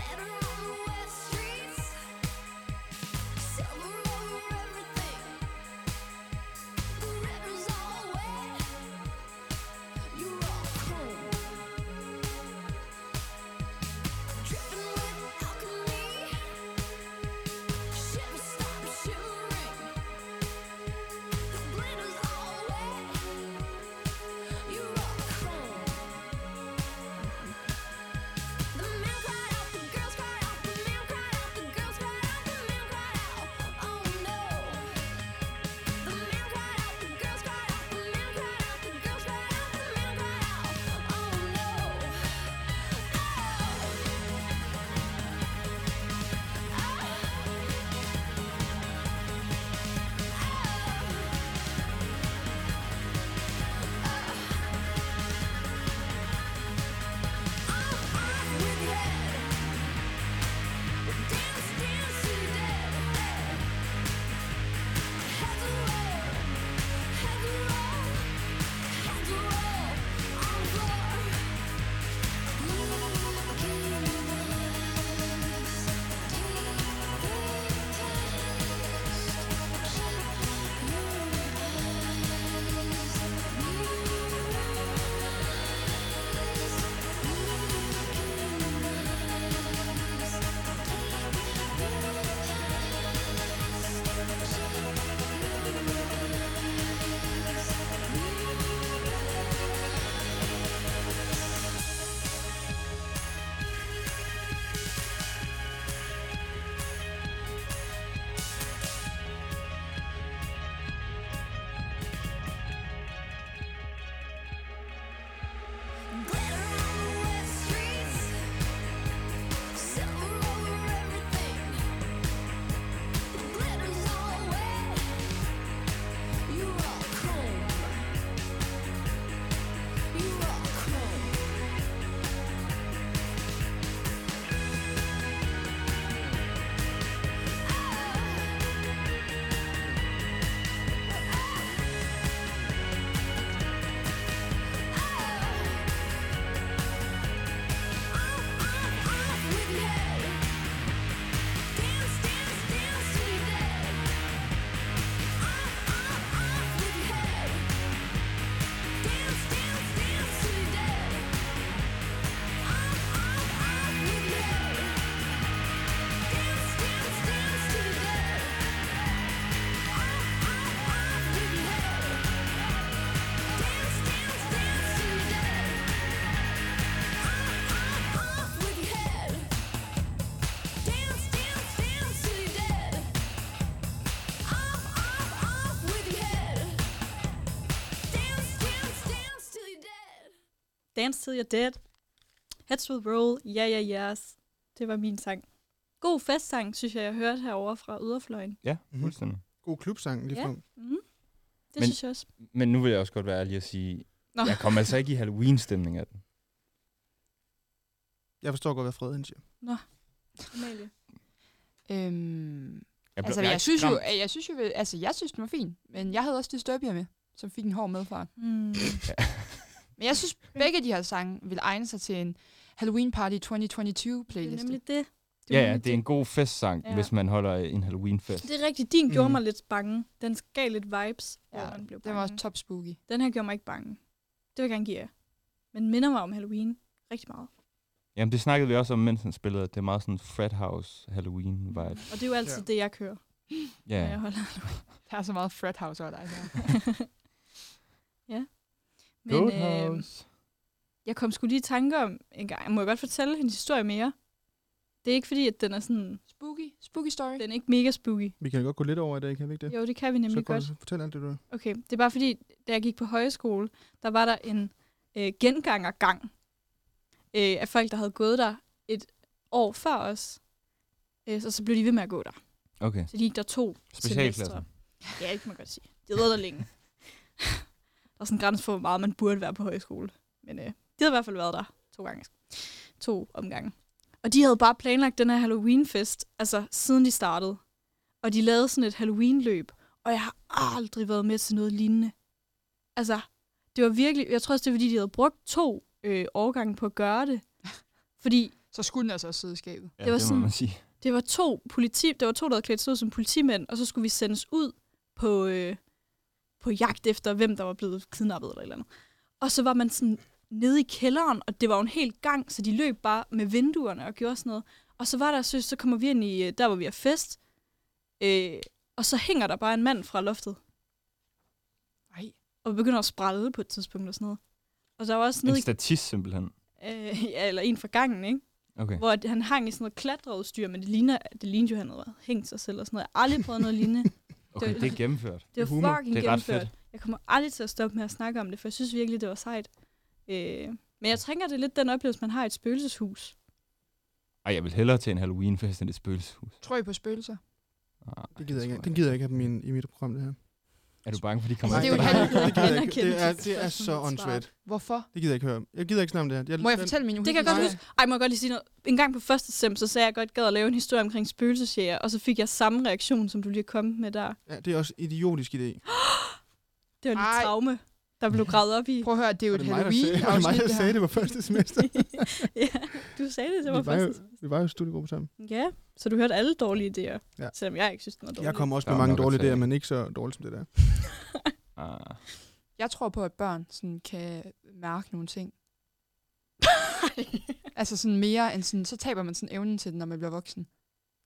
S2: Dance Till You're Dead, Heads Will Roll, Yeah Yeah Yes. Det var min sang. God festsang, synes jeg, jeg hørte herovre fra Yderfløjen.
S1: Ja,
S3: Mhm.
S1: fuldstændig.
S3: God klubsang lige
S2: Ja.
S3: ja.
S2: Mm. Det
S1: Men-
S2: synes jeg også.
S1: Men nu vil jeg også godt være ærlig og sige,
S2: Nå.
S1: jeg kom altså ikke i Halloween-stemning af den.
S3: Jeg forstår godt, hvad Fred han siger.
S2: Amalie.
S5: Øhm,
S1: Jeg blev
S5: altså, jeg,
S1: ikke
S5: synes jo,
S1: skræmt.
S5: at jeg synes jo, at- altså, jeg synes, den var fin. Men jeg havde også Disturbia med, som fik en hård medfart.
S2: Mm.
S5: Men jeg synes, begge de her sange vil egne sig til en Halloween Party 2022
S2: Det er
S5: playlist.
S2: nemlig det. Det
S1: Ja,
S2: var
S1: ja,
S2: nemlig
S1: det er en god festsang,
S2: Ja.
S1: ja. hvis man holder en Halloween-fest.
S2: Det er rigtigt. Din gjorde
S3: Mm.
S2: mig lidt bange. Den gav lidt vibes, ja,
S5: Ja,
S2: hvor man blev
S5: Den
S2: bange.
S5: var også top spooky.
S2: Den her gjorde mig ikke bange. Det vil jeg gerne give jer. Men minder mig om Halloween rigtig meget.
S1: Jamen, det snakkede vi også om, mens han spillede. at Det er meget sådan Fred House Halloween-vibe.
S2: Og det er jo altid
S3: Ja.
S2: det, jeg kører,
S1: Ja,
S2: når jeg holder.
S5: Der er så meget Fred House over dig. her.
S2: ja. Men
S1: Goat
S2: øh,
S1: House.
S2: jeg kom sgu lige i tanke om en gang. Må jeg godt fortælle hendes historie mere? Det er ikke fordi, at den er sådan...
S5: Spooky, spooky story.
S2: Den er ikke mega spooky.
S3: Vi kan godt gå lidt over i dag, kan vi ikke det?
S2: Jo, det kan vi
S3: så
S2: nemlig godt.
S3: godt. Fortæl alt det, du
S2: Okay, det er bare fordi, da jeg gik på højskole, der var der en øh, gengangergang øh, af folk, der havde gået der et år før os. Øh, så, så blev de ved med at gå der.
S1: Okay,
S2: Så de gik der to
S1: specialklassen.
S2: semestre. Ja, det kan man godt sige. De havde været der længe. der er sådan en grænse for, hvor meget man burde være på højskole. Men øh, de havde i hvert fald været der to gange. To omgange. Og de havde bare planlagt den her Halloween-fest, altså siden de startede. Og de lavede sådan et Halloween-løb, og jeg har aldrig været med til noget lignende. Altså, det var virkelig... Jeg tror også, det var, fordi de havde brugt to øh, årgange på at gøre det. Fordi
S5: Så skulle den altså også sidde i skabet.
S1: Ja,
S2: Det var
S1: det må
S2: sådan-
S1: man sige.
S2: det var to politi, det var to, der havde klædt sig ud som politimænd, og så skulle vi sendes ud på, øh, på jagt efter, hvem der var blevet kidnappet eller et eller andet. Og så var man sådan nede i kælderen, og det var jo en hel gang, så de løb bare med vinduerne og gjorde sådan noget. Og så var der, så, så kommer vi ind i, øh, der hvor vi er fest, øh, og så hænger der bare en mand fra loftet,
S5: Nej.
S2: og begynder at sprælle på et tidspunkt og sådan noget. Og der var også nede
S1: En
S2: i,
S1: statist simpelthen.
S2: øh, ja, eller en fra gangen, ikke?
S1: Okay.
S2: hvor at han hang i sådan noget klatreudstyr, men det ligner, det lignede jo, han havde hængt sig selv og sådan noget. Jeg har aldrig prøvet noget lignende.
S1: Okay, det er gennemført.
S2: Det var
S3: humor.
S2: fucking
S1: Det er ret
S2: gennemført.
S1: fedt.
S2: Jeg kommer aldrig til at stoppe med at snakke om det, for jeg synes virkelig, det var sejt. Øh, men jeg tænker, det er lidt den oplevelse, man har i et spøgelseshus.
S1: Ej, jeg vil hellere til en Halloween-fest end et spøgelseshus.
S5: Tror I på spøgelser?
S1: Ej,
S3: Det gider jeg ikke.
S1: tror
S3: Den gider jeg ikke have dem i, en- i mit program, det her.
S1: Er du bange for, at de kommer
S5: Altså, det er jo
S1: efter
S5: et halvt-
S1: dig?
S3: det gider jeg ikke.
S2: anerkendelse-
S3: Det er, det er så
S2: spørgsmål.
S3: åndssvagt.
S5: Hvorfor?
S3: Det gider jeg ikke høre om. Jeg gider ikke snakke om det her.
S5: Må jeg
S3: den-
S5: fortælle min
S2: Det kan jeg godt huske. Ej, må jeg godt lige sige noget. En gang på første sem, så sagde jeg godt gad at lave en historie omkring spøgelsesjæger, og så fik jeg samme reaktion, som du lige kom med der.
S3: Ja, det er også en idiotisk idé.
S2: Det var lidt
S5: Ej.
S2: traume, der blev gravet op i.
S5: Prøv at høre, det er jo
S3: Var
S5: et
S3: det mig, der sagde, var det, mig,
S5: Halloween-afsnit,
S3: der
S5: det her.
S3: sagde det var første semester?
S2: ja, du sagde det, det var
S3: Vi var jo-
S2: første.
S3: Vi var jo i studiegruppe sammen.
S2: Ja, så du hørte alle dårlige idéer,
S3: Ja.
S2: selvom jeg ikke synes, den var dårlig.
S3: Jeg kom også
S1: Der
S3: med
S1: var
S3: mange
S1: nok at
S3: dårlige
S1: tage
S3: idéer,
S1: af.
S3: men ikke så dårligt som det der.
S1: Ah,
S5: Jeg tror på, at børn sådan, kan mærke nogle ting. Altså sådan mere end sådan, så taber man sådan evnen til den, når man bliver voksen.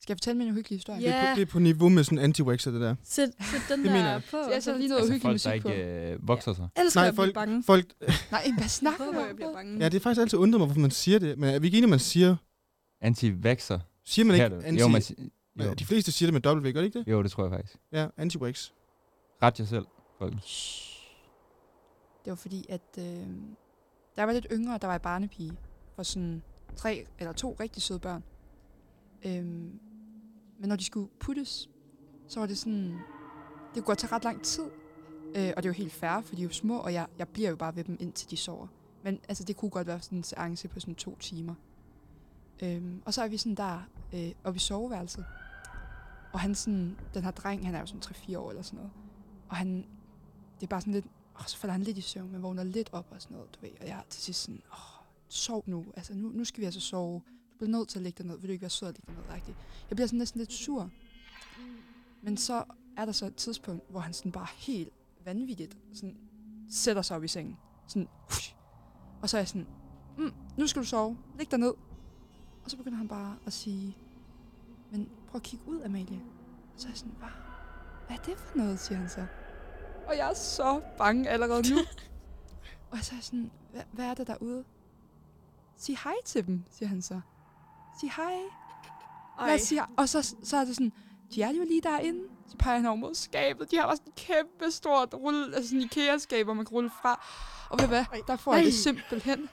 S5: Skal jeg fortælle min uhyggelige historie?
S3: Det, er
S2: Ja.
S3: på, det er på niveau med sådan anti-waxer, det der.
S2: Sæt, sæt den
S3: Det
S2: der
S3: mener jeg.
S2: på.
S5: Jeg så lige noget
S1: altså
S5: uhyggelig
S1: folk, der
S5: musik
S1: ikke øh, vokser sig.
S2: Jeg elsker
S3: Nej,
S2: at blive
S3: folk-
S2: bange.
S3: Folk,
S5: Nej, hvad
S2: Jeg
S5: snakker du
S2: håber, jeg bliver
S5: om?
S2: bange.
S3: ja, det er faktisk altid undret mig, hvorfor man siger det. Men er vi ikke enige, man siger...
S1: Anti-vaxxer.
S3: Siger man
S1: Her
S3: ikke
S1: er det-
S3: anti...
S1: Jo, man, si- jo.
S3: De fleste siger det med dobbelt V, gør det ikke det?
S1: jo, det tror jeg faktisk.
S3: Ja, anti-wax.
S1: Ret jer selv. Folk.
S5: Det var fordi, at øh, der var lidt yngre, der var en barnepige. For sådan tre eller to rigtig søde børn. Øhm, men når de skulle puttes, så var det sådan... Det kunne godt tage ret lang tid. Øh, og det er jo helt fair, for de er jo små, og jeg, jeg bliver jo bare ved dem, indtil de sover. Men altså, det kunne godt være sådan en seance på sådan to timer. Øhm, og så er vi sådan der øh, oppe i soveværelset. Og han sådan, den her dreng, han er jo sådan 3-4 år eller sådan noget. Og han, det er bare sådan lidt, og så falder han lidt i søvn, men vågner lidt op og sådan noget, du ved. Og jeg er til sidst sådan, åh, sov nu. Altså, nu, nu skal vi altså sove. Du bliver nødt til at lægge dig ned. Vil du ikke være sød at lægge dig ned, rigtigt? Jeg bliver sådan næsten lidt sur. Men så er der så et tidspunkt, hvor han sådan bare helt vanvittigt sådan sætter sig op i sengen. Sådan, hush. Og så er jeg sådan, mm, nu skal du sove. Læg dig ned. Og så begynder han bare at sige, men prøv at kigge ud, Amalie. Så er jeg sådan, hvad, hvad er det for noget, siger han så. Og jeg er så bange allerede nu. og så er jeg sådan, hvad, hvad er det derude? Sig hej til dem, siger han så. Sig hej. Hvad siger? Og så, så er det sådan, de er jo lige derinde. Så peger han over mod skabet. De har bare sådan et kæmpe stort rulle, altså sådan IKEA-skab, hvor man kan rulle fra. Og ved du hvad, der får jeg det simpelthen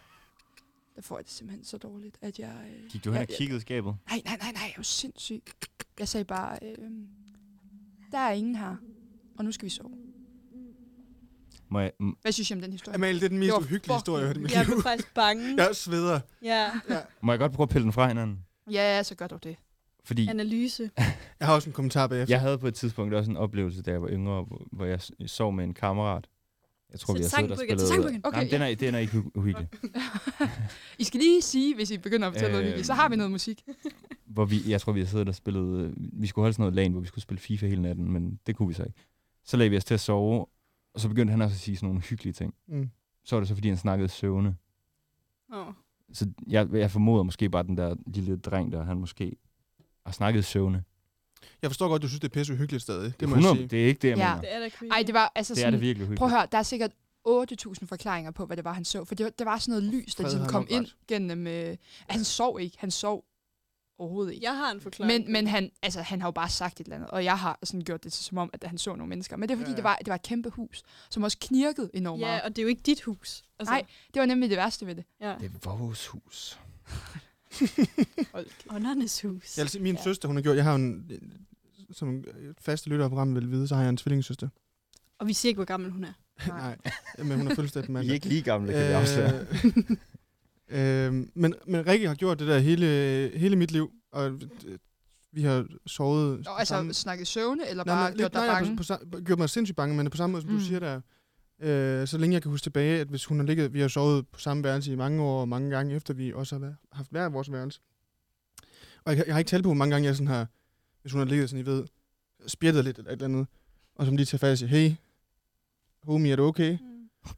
S5: der får jeg det simpelthen så dårligt, at jeg... Øh,
S1: Gik du hen
S5: Ja,
S1: og
S5: ja.
S1: kiggede i skabet?
S5: nej, nej, nej, nej, jeg er jo sindssyg. Jeg sagde bare, øh, der er ingen her, og nu skal vi sove.
S1: Må jeg, m-
S5: Hvad synes I om den historie?
S3: Amalie, det er den mest
S5: Det var
S3: uhyggelige historie, jeg har hørt i mit
S2: Jeg
S3: liv.
S2: blev faktisk bange.
S3: Jeg sveder.
S2: Ja,
S1: må jeg godt prøve at pille den fra hinanden?
S5: Ja, så gør dog det.
S1: Fordi
S2: analyse.
S3: Jeg har også en kommentar bagefter.
S1: jeg havde på et tidspunkt også en oplevelse, da jeg var yngre, hvor- hvor jeg s- sov med en kammerat. Jeg tror,
S2: Sæt
S1: vi har siddet og
S2: sangbogen, sæt
S1: spillet...
S2: sangbogen.
S1: Okay, Jamen, den, er, den er ikke hu- uhyggelig.
S5: I skal lige sige, hvis I begynder at fortælle øh, noget,
S1: Øhm.
S5: uhyggeligt, så har vi noget musik.
S1: hvor vi, jeg tror, vi havde siddet og spillet, øh, vi skulle holde sådan noget LAN, hvor vi skulle spille FIFA hele natten, men det kunne vi så ikke. Så lagde vi os til at sove, og så begyndte han også at sige sådan nogle hyggelige ting.
S3: Mm.
S1: Så var det så, fordi han snakkede søvne.
S2: Oh.
S1: Så jeg, jeg formoder måske bare den der lille dreng, der han måske har snakket søvne.
S3: Jeg forstår godt, du synes, det er pisse uhyggeligt stadig. Det må jeg
S1: 100
S3: sige.
S1: det er ikke det, jeg
S5: Ja.
S1: ja. mener.
S2: Det er da creepy.
S5: Ej, det var altså
S1: Det er
S5: sådan...
S1: det virkelig hyggeligt.
S5: prøv at høre, der er sikkert 8.000 forklaringer på, hvad det var, han så. For det var, det var sådan noget lys, der
S3: Fred
S5: ligesom
S3: har
S5: kom
S3: nok
S5: ind
S3: ret.
S5: gennem... Øh, han sov ikke, han sov overhovedet ikke.
S2: Jeg har en forklaring.
S5: Men, men han, altså, han har jo bare sagt et eller andet, og jeg har sådan gjort det til som om, at han så nogle mennesker. Men det er fordi, ja,
S3: Ja, ja.
S5: ja. Det, var, det var et kæmpe hus, som også knirkede enormt ja.
S2: Ja,
S5: meget.
S2: og det er jo ikke dit hus. Altså,
S5: Nej. Det var nemlig det værste ved det.
S2: Ja.
S1: Det er vores hus.
S2: Åndernes hus.
S3: Jeg vil sige, min ja.
S5: Ja.
S3: søster, hun har gjort, jeg har jo en, som faste lytter af programmet vil vide, så har jeg en tvillingesøster.
S2: Og vi siger ikke, hvor gammel hun er.
S5: Nej.
S3: Nej, men hun har fødselsdag den
S1: I er
S3: mandag.
S1: ikke lige gamle, kan øh... vi afsløre.
S3: øh, men, men Rikke har gjort det der hele, hele mit liv, og øh, vi har sovet
S5: Og altså
S3: sammen.
S5: snakket søvne, eller
S3: Nej,
S5: bare
S3: men
S5: gjort
S3: lidt-
S5: dig
S3: nej,
S5: bange?
S3: På, på, sa- på, gjort mig sindssygt bange, men på samme måde, som mm. du
S5: Mm.
S3: siger der, øh, så længe jeg kan huske tilbage, at hvis hun har ligget, vi har sovet på samme værelse i mange år, og mange gange efter vi også har været, haft hver vores værelse. Og jeg, jeg har ikke talt på, hvor mange gange jeg sådan har, hvis hun har ligget sådan, I ved, spjættet lidt eller et eller andet, og som lige tager fat og siger, hey, homie, er du okay?
S1: Mm.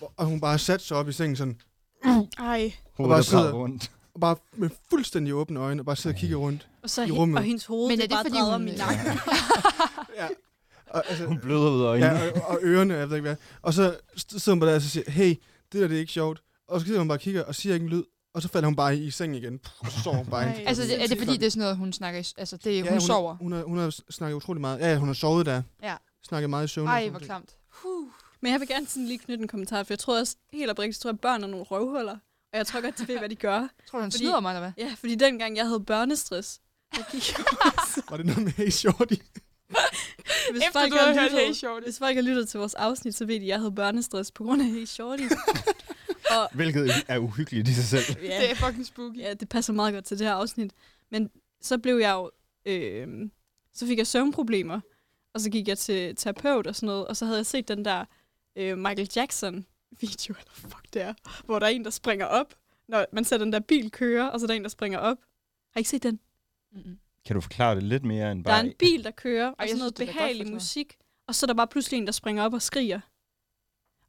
S3: Og- Og hun bare satte sig op i sengen sådan,
S2: Ej.
S1: Hovedet
S3: sidder-
S1: sidder... rundt.
S3: og bare med fuldstændig åbne øjne, og bare sidder og kigger rundt.
S2: Og så
S3: I
S2: he-
S3: rummet.
S2: og hendes hoved,
S5: Men
S2: det
S5: er det
S2: bare
S5: fordi,
S2: drejer
S5: hun- øh,
S2: min nakke.
S3: Ja. Og, altså,
S1: Hun bløder ud af øjnene. Ja,
S3: Ja, og, og ørerne, jeg ved ikke hvad. Og så st- sidder hun bare der og så siger, hey, det der det er ikke sjovt. Og så sidder hun bare og kigger og siger ikke en lyd. Og så falder hun bare i, i sengen igen. Puh, Og så sover hun bare.
S2: Ej.
S3: ind.
S5: Altså, det, er det fordi, det er sådan noget, hun snakker... i- Altså, det, ja, hun,
S3: hun,
S5: sover?
S3: Hun har, hun har snakket utrolig meget. Ja, ja, hun har sovet der.
S5: Ja.
S3: Snakket meget i søvn. og
S5: Ej,
S3: sådan
S5: hvor
S3: noget.
S5: klamt.
S2: Men jeg vil gerne sådan lige knytte en kommentar, for jeg tror også helt oprigtigt, tror, at børn er nogle røvhuller. Og jeg tror godt, de ved, hvad de gør.
S5: Tror du, han
S2: Fordi-
S5: snyder mig, eller hvad?
S2: Ja, fordi dengang jeg havde børnestress, der gik jeg også.
S3: Var det noget med hey, shorty?
S2: Hvis folk, har lyttet, hvis folk har lyttet til vores afsnit, så ved de, at jeg havde børnestress på grund af Hey Shorty. og
S1: Hvilket er uhyggeligt i sig selv.
S5: Det
S2: ja,
S5: er fucking spooky.
S2: ja, det passer meget godt til det her afsnit. Men så blev jeg jo... Øh, så fik jeg søvnproblemer, og så gik jeg til terapeut og sådan noget, og så havde jeg set den der øh, Michael Jackson video, eller fuck det er, hvor der er en, der springer op, når man ser den der bil køre, og så er der en, der springer op. Har I ikke set den?
S5: Mm-mm.
S1: Kan du forklare det lidt mere end
S2: Der er
S1: bare...
S2: en bil, der kører, og sådan
S5: jeg synes,
S2: noget
S5: det er da godt
S2: behagelig
S5: forklaret.
S2: musik, og så er der bare pludselig en, der springer op og skriger.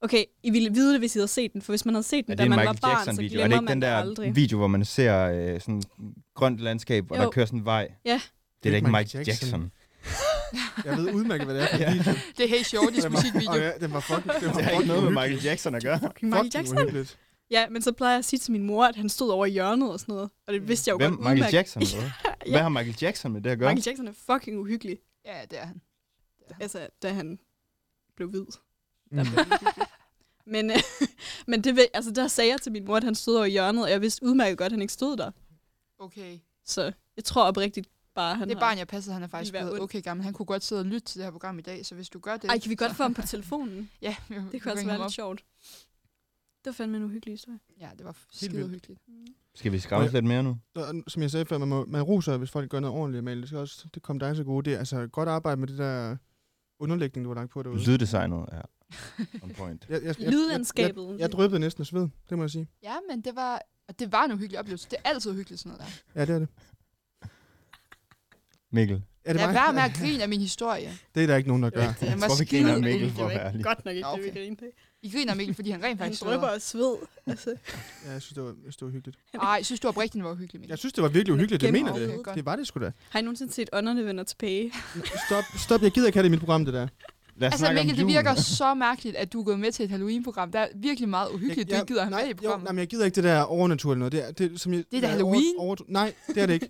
S2: Okay, I ville vide det, hvis I havde set den, for hvis man havde set den,
S1: Er
S2: da
S1: det en
S2: man
S1: Michael
S2: var barn, så
S1: Jackson-video?
S2: glemmer
S1: Er det ikke
S2: man
S1: den
S2: det
S1: der
S2: aldrig.
S1: video, hvor man ser øh, sådan grønt landskab, og
S2: Jo.
S1: der kører sådan en vej?
S2: Ja.
S1: Det er da ikke Michael Jackson.
S3: Jeg ved udmærket, hvad det er. for en
S1: Ja.
S3: video.
S5: Det er Hey Shorty's
S3: Den var-
S5: musikvideo.
S3: Og ja, den var fucking, den var
S1: Det har
S3: fucking
S1: ikke noget med
S3: uhyggeligt.
S1: Michael Jackson at gøre.
S2: Michael
S3: Fucking
S2: Jackson?
S3: uhyggeligt.
S2: Ja, men så plejer jeg at sige til min mor, at han stod over i hjørnet og sådan noget, og det vidste jeg jo
S1: Hvem?
S2: godt
S1: Michael
S2: udmærket.
S1: Jackson? Eller? hvad?
S2: ja.
S1: Hvad har Michael Jackson med det at gøre?
S2: Michael Jackson er fucking uhyggelig.
S5: Ja, det er han.
S2: Altså, da han blev hvid.
S3: Mm.
S2: Men, øh, men det, ved- altså, der sagde jeg til min mor, at han stod over i hjørnet, og jeg vidste udmærket godt, at han ikke stod der.
S5: Okay.
S2: Så jeg tror oprigtigt bare, at han
S5: Det
S2: har-
S5: barn, jeg passede, han er faktisk
S2: være
S5: blevet
S2: ond.
S5: okay gammel. Han kunne godt sidde og lytte til det her program i dag, så hvis du gør det...
S2: Ej, kan vi godt få ham på telefonen?
S5: Ja, vi- vi
S2: Det kunne altså
S5: ringer
S2: være
S5: ham
S2: lidt sjovt. Det var fandme en uhyggelig historie.
S5: op. Ja, det var skide
S3: vildt.
S5: hyggeligt.
S1: Skal vi skræmme lidt mere nu?
S3: Og som jeg sagde før, man, må, man roser, hvis folk gør noget ordentligt, men det, skal også, det kom dig så gode. Det er altså godt arbejde med det der underlægning, du har lagt på derude.
S1: Lyddesignet er on point.
S3: Jeg, jeg,
S2: Lydlandskabet.
S3: Jeg, jeg, jeg dryppede næsten af sved, det må jeg sige.
S5: Ja, men det var, og det var en uhyggelig oplevelse. Det er altid hyggeligt sådan noget der.
S3: Ja, det er det.
S1: Mikkel.
S3: Er det
S5: Lad
S3: mig?
S5: være med at grine af min historie.
S3: det er der ikke nogen, der gør.
S5: Det
S1: Jeg
S5: var
S1: tror, vi
S5: skide
S1: griner af Mikkel,
S5: uhyggeligt,
S1: for at være ærlig.
S2: Godt nok ikke,
S5: Nå,
S2: det vi
S5: okay.
S2: griner af.
S5: I griner af Mikkel, fordi han rent
S2: Han
S5: faktisk
S2: drøber
S5: sidder
S2: og sved. Altså,
S3: Ja, jeg synes, det var, jeg synes, det var hyggeligt.
S5: der. Ej, synes du oprigtigt, den var uhyggelig, Mikkel?
S3: Jeg synes, det var virkelig uhyggeligt, det
S2: Gennem-
S3: mener det.
S5: Okay, godt.
S3: Det var det sgu da.
S2: har I nogensinde set ånderne vender tilbage?
S3: Stop, stop, jeg gider ikke have det i mit program, det der.
S1: Lad os
S5: Altså,
S1: snakke
S5: Mikkel,
S1: om
S5: det
S1: jul.
S5: virker så mærkeligt, at du er gået med til et Halloween-program. Der er virkelig meget uhyggeligt, du ikke gider have
S3: nej,
S5: med i
S3: jo,
S5: programmet.
S3: nej, men jeg gider ikke det der overnaturligt noget. Det er, det, som jeg,
S5: Det er da
S3: jeg
S5: Halloween.
S3: Over, over, nej, det er det ikke.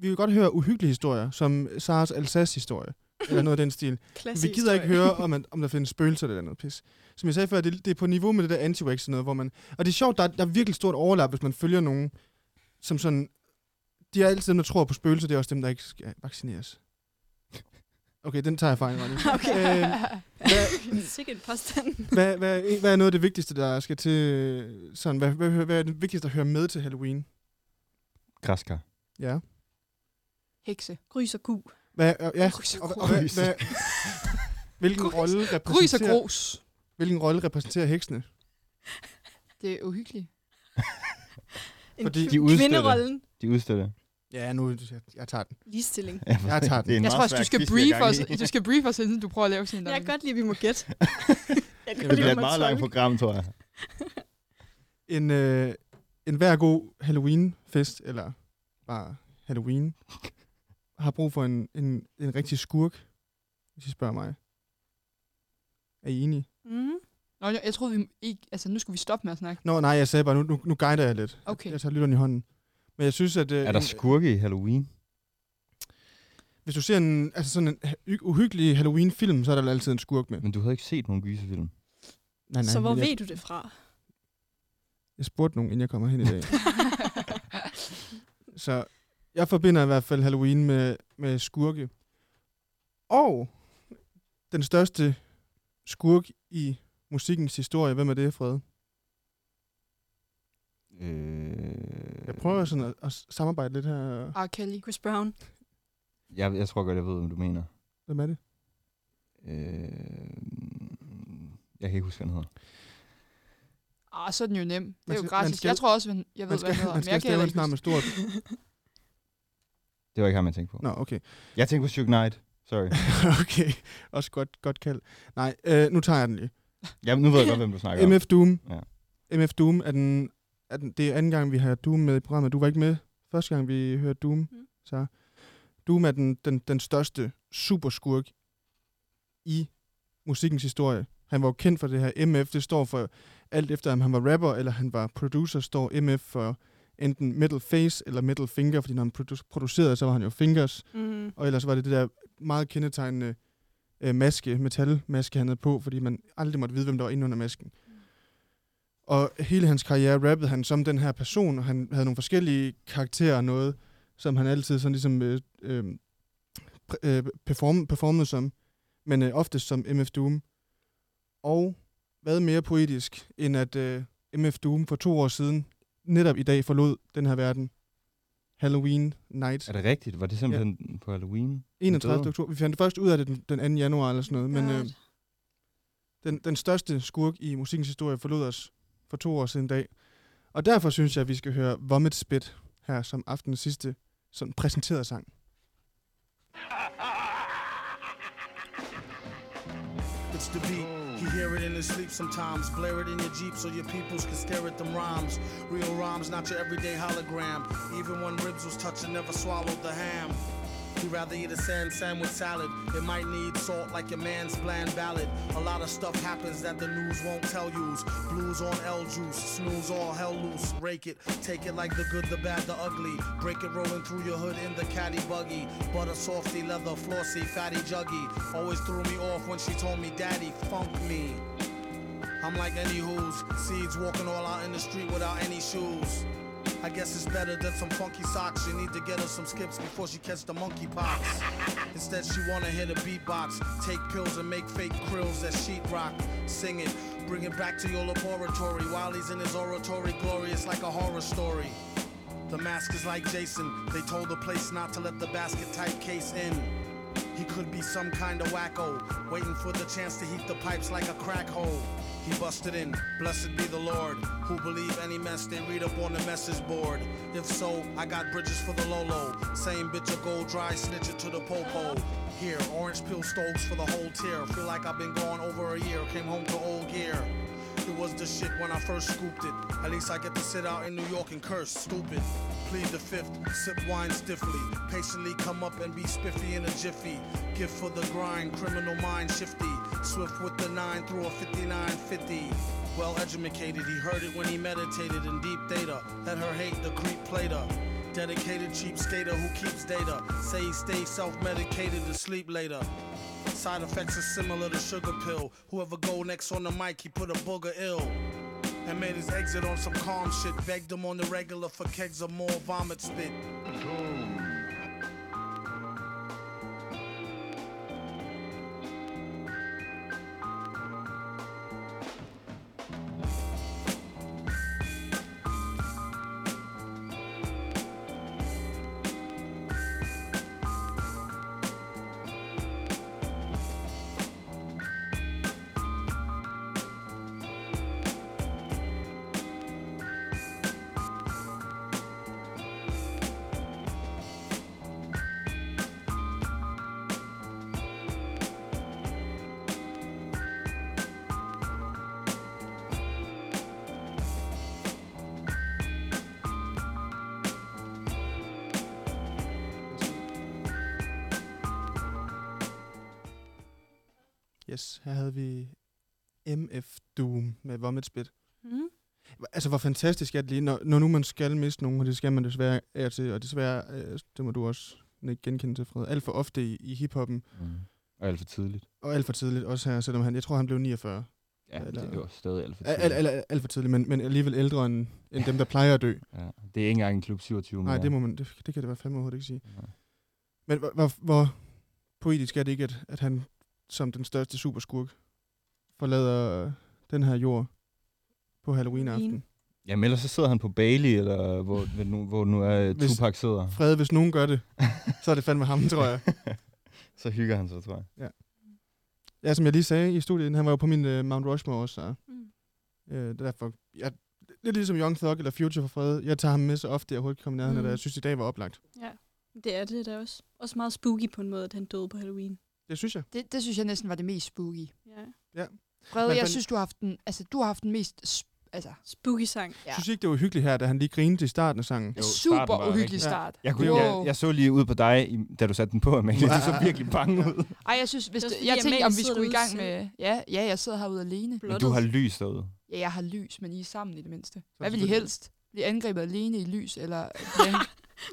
S3: Vi vil godt høre uhyggelige historier, som Saras Alsace-historie. eller noget af den stil.
S2: Klassisk
S3: Vi gider ikke høre, om, man, om der findes spøgelser eller andet pis. Som jeg sagde før, det, det er på niveau med det der anti noget, hvor man... Og det er sjovt, der er, der er virkelig stort overlap, hvis man følger nogen, som sådan... De er altid dem, der tror på spøgelser, det er også dem, der ikke skal vaccineres. Okay, den tager jeg fejl, Ronny.
S2: Okay.
S3: Øh, hvad,
S2: Sikke en påstand.
S3: hvad, hvad, hvad er noget af det vigtigste, der skal til... øh, Sådan, hvad, hvad, hvad er det vigtigste, der hører med til Halloween?
S1: Græskar.
S3: Ja.
S5: Hekse.
S2: Grys og ku.
S3: Hvad, øh, ja.
S5: Grys og
S3: Og,
S5: gro.
S3: og, hvad, hvad, hvilken
S5: Grys.
S3: rolle
S5: Grys og
S3: repræsenterer,
S5: grus.
S3: hvilken rolle repræsenterer heksene?
S5: Det er uhyggeligt.
S2: En
S3: Fordi
S2: kv-
S1: de udstødte.
S2: Kvinderollen.
S1: De udstøtter.
S3: Ja, nu jeg, jeg tager den.
S2: Ligestilling.
S3: Jeg tager den.
S5: Jeg tror også, du skal brief os, du skal brief os, inden du prøver at lave sådan en.
S2: Jeg kan
S5: Dominik.
S2: godt lide, at vi må gætte. jeg kan
S3: Det
S1: Det
S2: godt lide,
S1: bliver
S2: at
S1: et
S2: man
S1: meget langt
S2: tolker.
S1: program, tror jeg.
S3: En, øh, en hver god Halloween-fest, eller bare Halloween, har brug for en, en, en rigtig skurk, hvis I spørger mig. Er I enige?
S2: Mm.
S5: Nå, jeg, jeg troede, vi ikke... Altså, nu skulle vi stoppe med at snakke.
S3: Nå, nej, jeg sagde bare, nu, nu, nu guider jeg lidt.
S5: Okay.
S3: Jeg tager lytteren i hånden. Men jeg synes, at... Øh,
S1: Er der
S3: en-
S1: skurke i Halloween?
S3: Hvis du ser en, altså sådan en hy- uhyggelig Halloween-film, så er der altid en skurk med.
S1: Men du havde ikke set nogen gyserfilm.
S3: Nej, nej,
S2: Så hvor
S3: men jeg,
S2: ved du det fra?
S3: jeg spurgte nogen, inden jeg kommer hen i dag. Så jeg forbinder i hvert fald Halloween med, med skurke. Og den største skurk i musikkens historie, hvem er det, Fred?
S1: Øh,
S3: Jeg prøver sådan at, at samarbejde lidt her.
S2: Ah.
S5: R. Kelly.
S2: Chris Brown.
S1: Jeg, jeg tror godt, jeg ved, hvad du mener.
S3: Hvem er det?
S1: Øh, jeg kan ikke huske, hvad han hedder.
S5: Ah, så er den jo nem. Det
S3: Man
S5: er jo
S3: skal- man
S5: gratis.
S3: skal-
S5: Jeg tror også, men jeg ved,
S3: Man
S5: hvad
S3: skal,
S5: den hedder.
S3: man
S5: Men
S3: skal
S5: jeg kan
S3: stave hans
S5: heller
S3: navn med
S5: ikke
S3: stort.
S1: Det var ikke ham, jeg tænkte på.
S3: Nå, okay.
S1: Jeg tænkte på Suge Knight. Sorry.
S3: okay. Også godt, godt kald. Nej, øh, nu tager jeg den lige.
S1: Ja, nu ved jeg godt, hvem du snakker om.
S3: MF Doom.
S1: Ja.
S3: MF Doom er den, er den, det er anden gang, vi har Doom med i programmet. Du var ikke med første gang, vi hørte Doom. Mm.
S2: Mm.
S3: Så Doom er den, den, den største superskurk i musikkens historie. Han var jo kendt for det her MF. Det står for alt efter, om han var rapper eller han var producer, står MF for enten middle face eller middle finger, fordi når han produ- producerede, så var han jo fingers.
S2: Mm.
S3: Og ellers var det det der meget kendetegnende øh, maske, metalmaske, han havde på, fordi man aldrig måtte vide, hvem der var inde under masken. Og hele hans karriere rappede han som den her person, og han havde nogle forskellige karakterer og noget, som han altid sådan ligesom øh, øh, præ- øh, perform, performede som, men øh, oftest som MF Doom. Og hvad mere poetisk, end at øh, MF Doom for to år siden, netop i dag, forlod den her verden. Halloween Night.
S1: Er det rigtigt? Var det simpelthen ja. på Halloween?
S3: 31.
S1: døde.
S3: oktober. Vi fandt først ud af det den, den 2. januar eller sådan noget, men øh, den, den største skurk i musikkens historie forlod os for to år siden i dag. Og derfor synes jeg, at vi skal høre Vomit Spit her som aftenens sidste sådan præsenteret sang.
S9: It's the beat. You hear it in his sleep sometimes. Blare it in your Jeep so your peoples can stare at them rhymes. Real rhymes, not your everyday hologram. Even when ribs was touched and never swallowed the ham. You'd rather eat a sand sandwich salad. It might need salt like your man's bland ballad. A lot of stuff happens that the news won't tell yous. Blues on L juice, snooze all hell loose. Break it, take it like the good, the bad, the ugly. Break it rolling through your hood in the caddy buggy. Butter softy, leather, flossy, fatty juggy. Always threw me off when she told me, Daddy, funk me. I'm like any who's seeds walking all out in the street without any shoes. I guess it's better than some funky socks. You need to get her some skips before she catch the monkey pox. Instead, she wanna hit a beatbox, take pills and make fake krills that sheetrock. Sing it, bring it back to your laboratory while he's in his oratory glory. It's like a horror story. The mask is like Jason. They told the place not to let the basket type case in. He could be some kind of wacko, waiting for the chance to heat the pipes like a crack hole. He busted in, blessed be the Lord, who believe any mess they read up on the message board. If so, I got bridges for the Lolo. Same bitch a gold dry, snitch it to the popo. Here, orange peel stoves for the whole tier. Feel like I've been gone over a year, came home to old gear. It was the shit when I first scooped it. At least I get to sit out in New York and curse, stupid. Plead the fifth, sip wine stiffly. Patiently come up and be spiffy in a jiffy. Gift for the grind, criminal mind shifty. Swift with the nine through a 5950. Well educated, he heard it when he meditated in deep data. Let her hate the creep later. Dedicated cheap skater who keeps data. Say he stays self medicated to sleep later. Side effects are similar to sugar pill. Whoever go next on the mic, he put a booger ill. And made his exit on some calm shit. Begged him on the regular for kegs of more vomit spit.
S3: Yes, her havde vi MF Doom med Vomit Spit.
S2: Mm.
S3: Altså, hvor fantastisk er det lige, når, når nu man skal miste nogen, og det skal man desværre af og til, og desværre, øh, det må du også Nick, genkende til Fred, alt for ofte i, i hiphoppen,
S1: Mm. Og alt for tidligt.
S3: og alt for tidligt også her, selvom han, jeg tror, han blev 49.
S1: Ja,
S3: Eller-
S1: det var stadig alt for tidligt.
S3: Al, al, al, alt for tidligt, men, men alligevel ældre end, end dem, der plejer at dø.
S1: Ja. Det er ikke engang en klub 27
S3: Nej,
S1: mere.
S3: det, må man, det, det kan det være fandme overhovedet ikke sige.
S1: Nej.
S3: Men hvor, hvor, hvor poetisk er det ikke, at, at han som den største superskurk forlader øh, den her jord på Halloween-aften?
S1: Jamen ellers så sidder han på Bali, eller hvor, hvor, nu, hvor nu er
S3: Hvis-
S1: Hvis... Tupac sidder.
S3: Fred, hvis nogen gør det, så er det fandme ham, tror jeg.
S1: så hygger han sig, tror jeg.
S3: Ja, som jeg lige sagde i studiet, han var jo på min uh, Mount Rushmore også, så
S2: Mm.
S3: øh, det er derfor... Jeg, lidt ligesom Young Thug eller Future for Fred, jeg tager ham med så ofte, jeg overhovedet kan komme nærheden, mm.
S2: Mm.
S3: og jeg synes, i dag var oplagt.
S2: Det er det da også. Også meget spooky på en måde, at han døde på Halloween.
S3: Det synes jeg.
S5: Det, det synes jeg næsten var det mest spooky.
S2: Ja.
S5: Fred,
S3: Men
S5: jeg
S3: for-
S5: synes, du har haft den, altså, du har haft den mest sp- altså,
S2: Spooky sang.
S5: Ja.
S3: Ja. Synes I ikke, det var hyggeligt her, da han lige grinede i starten af sangen?
S1: Jo, starten
S5: super
S1: var
S5: uhyggelig
S1: rigtig-
S5: start.
S1: Jeg, kunne, jeg, jeg så lige ud på dig, i- da du satte den på, Amalie. Du så virkelig bange ud.
S5: Ej, jeg synes, hvis
S2: Det er
S5: det,
S2: også fordi,
S5: jeg tænkte,
S2: Amalie
S5: om vi
S2: sidder
S5: skulle i
S2: derude
S5: gang med... Ja, ja, jeg sidder herude alene.
S1: Men du har lys derude.
S5: Ja, jeg har lys, men I er sammen i det mindste. Hvad
S3: det
S5: vil I
S3: selvfølgelig-
S5: helst? Blive angrebet alene i lys, eller blive ang-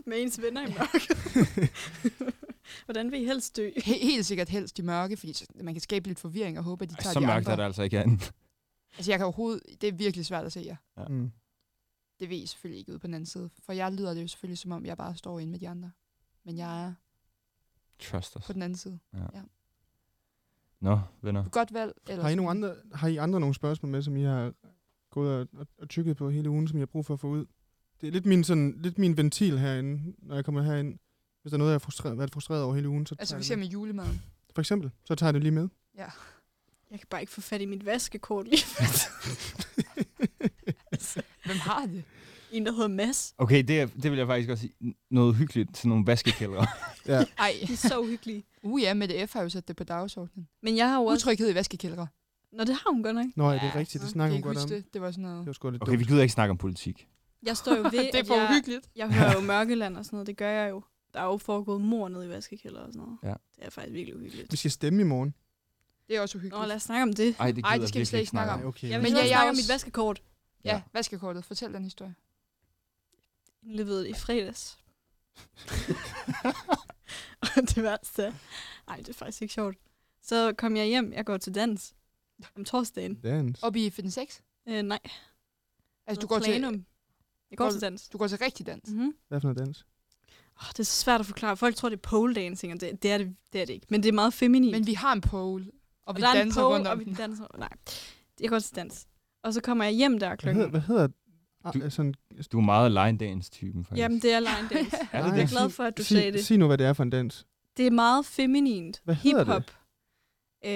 S2: Med ens venner i mørket. Hvordan vil I helst dø?
S5: he- helt sikkert helst i mørke, fordi så- man kan skabe lidt forvirring og håbe, at de tager
S1: Ej, så
S5: de
S1: mørkt
S5: andre.
S1: er der altså ikke andet.
S5: Altså, jeg kan overhovedet... Det er virkelig svært at se jer.
S1: Ja.
S3: Mm.
S5: Det ved I selvfølgelig ikke ude på den anden side. For jeg lyder det jo selvfølgelig, som om jeg bare står inde med de andre. Men jeg er
S1: Trust us.
S5: på den anden side.
S1: Nå, venner.
S5: Godt valg. Eller
S3: Har I,
S5: sådan.
S3: nogle andre, har I andre nogle spørgsmål med, som I har gået og, og, og tykket på hele ugen, som jeg har brug for at få ud? Det er lidt min, sådan, lidt min ventil herinde, når jeg kommer herind. Hvis der er noget, jeg har frustreret, været frustreret over hele ugen, så
S5: Altså,
S3: tager
S5: for
S3: jeg det
S5: eksempel julemaden.
S3: med. for eksempel, så tager jeg det lige med.
S2: Jeg kan bare ikke få fat i mit vaskekort lige for
S5: Hvem har det?
S2: En, der hedder Mads.
S1: Okay, det, er- det vil jeg faktisk også sige. N- Noget hyggeligt til nogle vaskekældre.
S5: Ej.
S2: De er så uhyggelige.
S5: Uh ja, Mette F. har jo sat det på dagsordenen.
S2: Men jeg har jo også...
S5: Utryghed i vaskekældre.
S2: Nå, det har hun godt nok.
S3: Nå, ja, det er rigtigt, det snakker hun
S5: kan
S3: godt
S5: ikke
S3: om.
S5: huske
S3: Det.
S5: det. Det var sådan noget.
S3: var sgu lidt
S1: Okay, vi
S3: dumt.
S1: gider ikke snakke om politik.
S2: Jeg står jo ved,
S5: det er
S2: at
S5: for
S2: jeg,
S5: uhyggeligt.
S2: jeg hører jo Mørkeland og sådan noget. Det gør jeg jo. Der er jo foregået mor nede i vaskekælder og sådan noget.
S1: Ja.
S2: Det er faktisk virkelig uhyggeligt.
S3: Vi skal stemme i morgen.
S5: Det er også
S2: Nå,
S5: uhyggeligt.
S2: lad os snakke om det.
S1: Ej, det, gider
S5: Ej,
S1: jeg
S5: det skal vi
S1: virkelig
S5: slet ikke snakke om.
S3: Ej, okay.
S2: Jeg
S5: Men
S2: vil
S5: ja,
S2: ja,
S5: jeg
S2: snakke
S5: er
S2: om
S5: også-
S2: mit vaskekort.
S5: ja, vaskekortet. Fortæl den historie.
S2: indleveret i fredags. og det værste er, ej, det er faktisk ikke sjovt. Så kom jeg hjem, jeg går til dans om torsdagen.
S3: Dans.
S5: Op i Fitness 6?
S2: Øh, nej,
S5: Altså, du går, til,
S2: Planum. Jeg går
S5: Går-
S2: til dans.
S5: du går til rigtig dans.
S2: Mm-hmm.
S3: Hvad for noget dans?
S2: Oh, det er så svært at forklare. Folk tror, det er pole dancing, og det, det, er, det, det er det ikke. Men det er meget feminin.
S5: Men vi har en pole, og
S2: og
S5: vi
S2: der er en
S5: danser
S2: pole,
S5: rundt om
S2: og vi
S5: den.
S2: danser. Nej, jeg går til dans. Og så kommer jeg hjem der
S3: Hvad hedder,
S2: klokken.
S3: hvad hedder ah,
S1: Du-
S3: sådan,
S1: Du er meget line dance typen faktisk.
S2: Jamen, det er line dance.
S1: er det
S3: Nej.
S2: Jeg er
S1: det?
S2: glad for, at du
S3: sig,
S2: sagde det.
S3: sig nu, hvad det er for en dans.
S2: Det er meget feminint.
S3: Hvad hedder
S2: Hip-hop. Øh,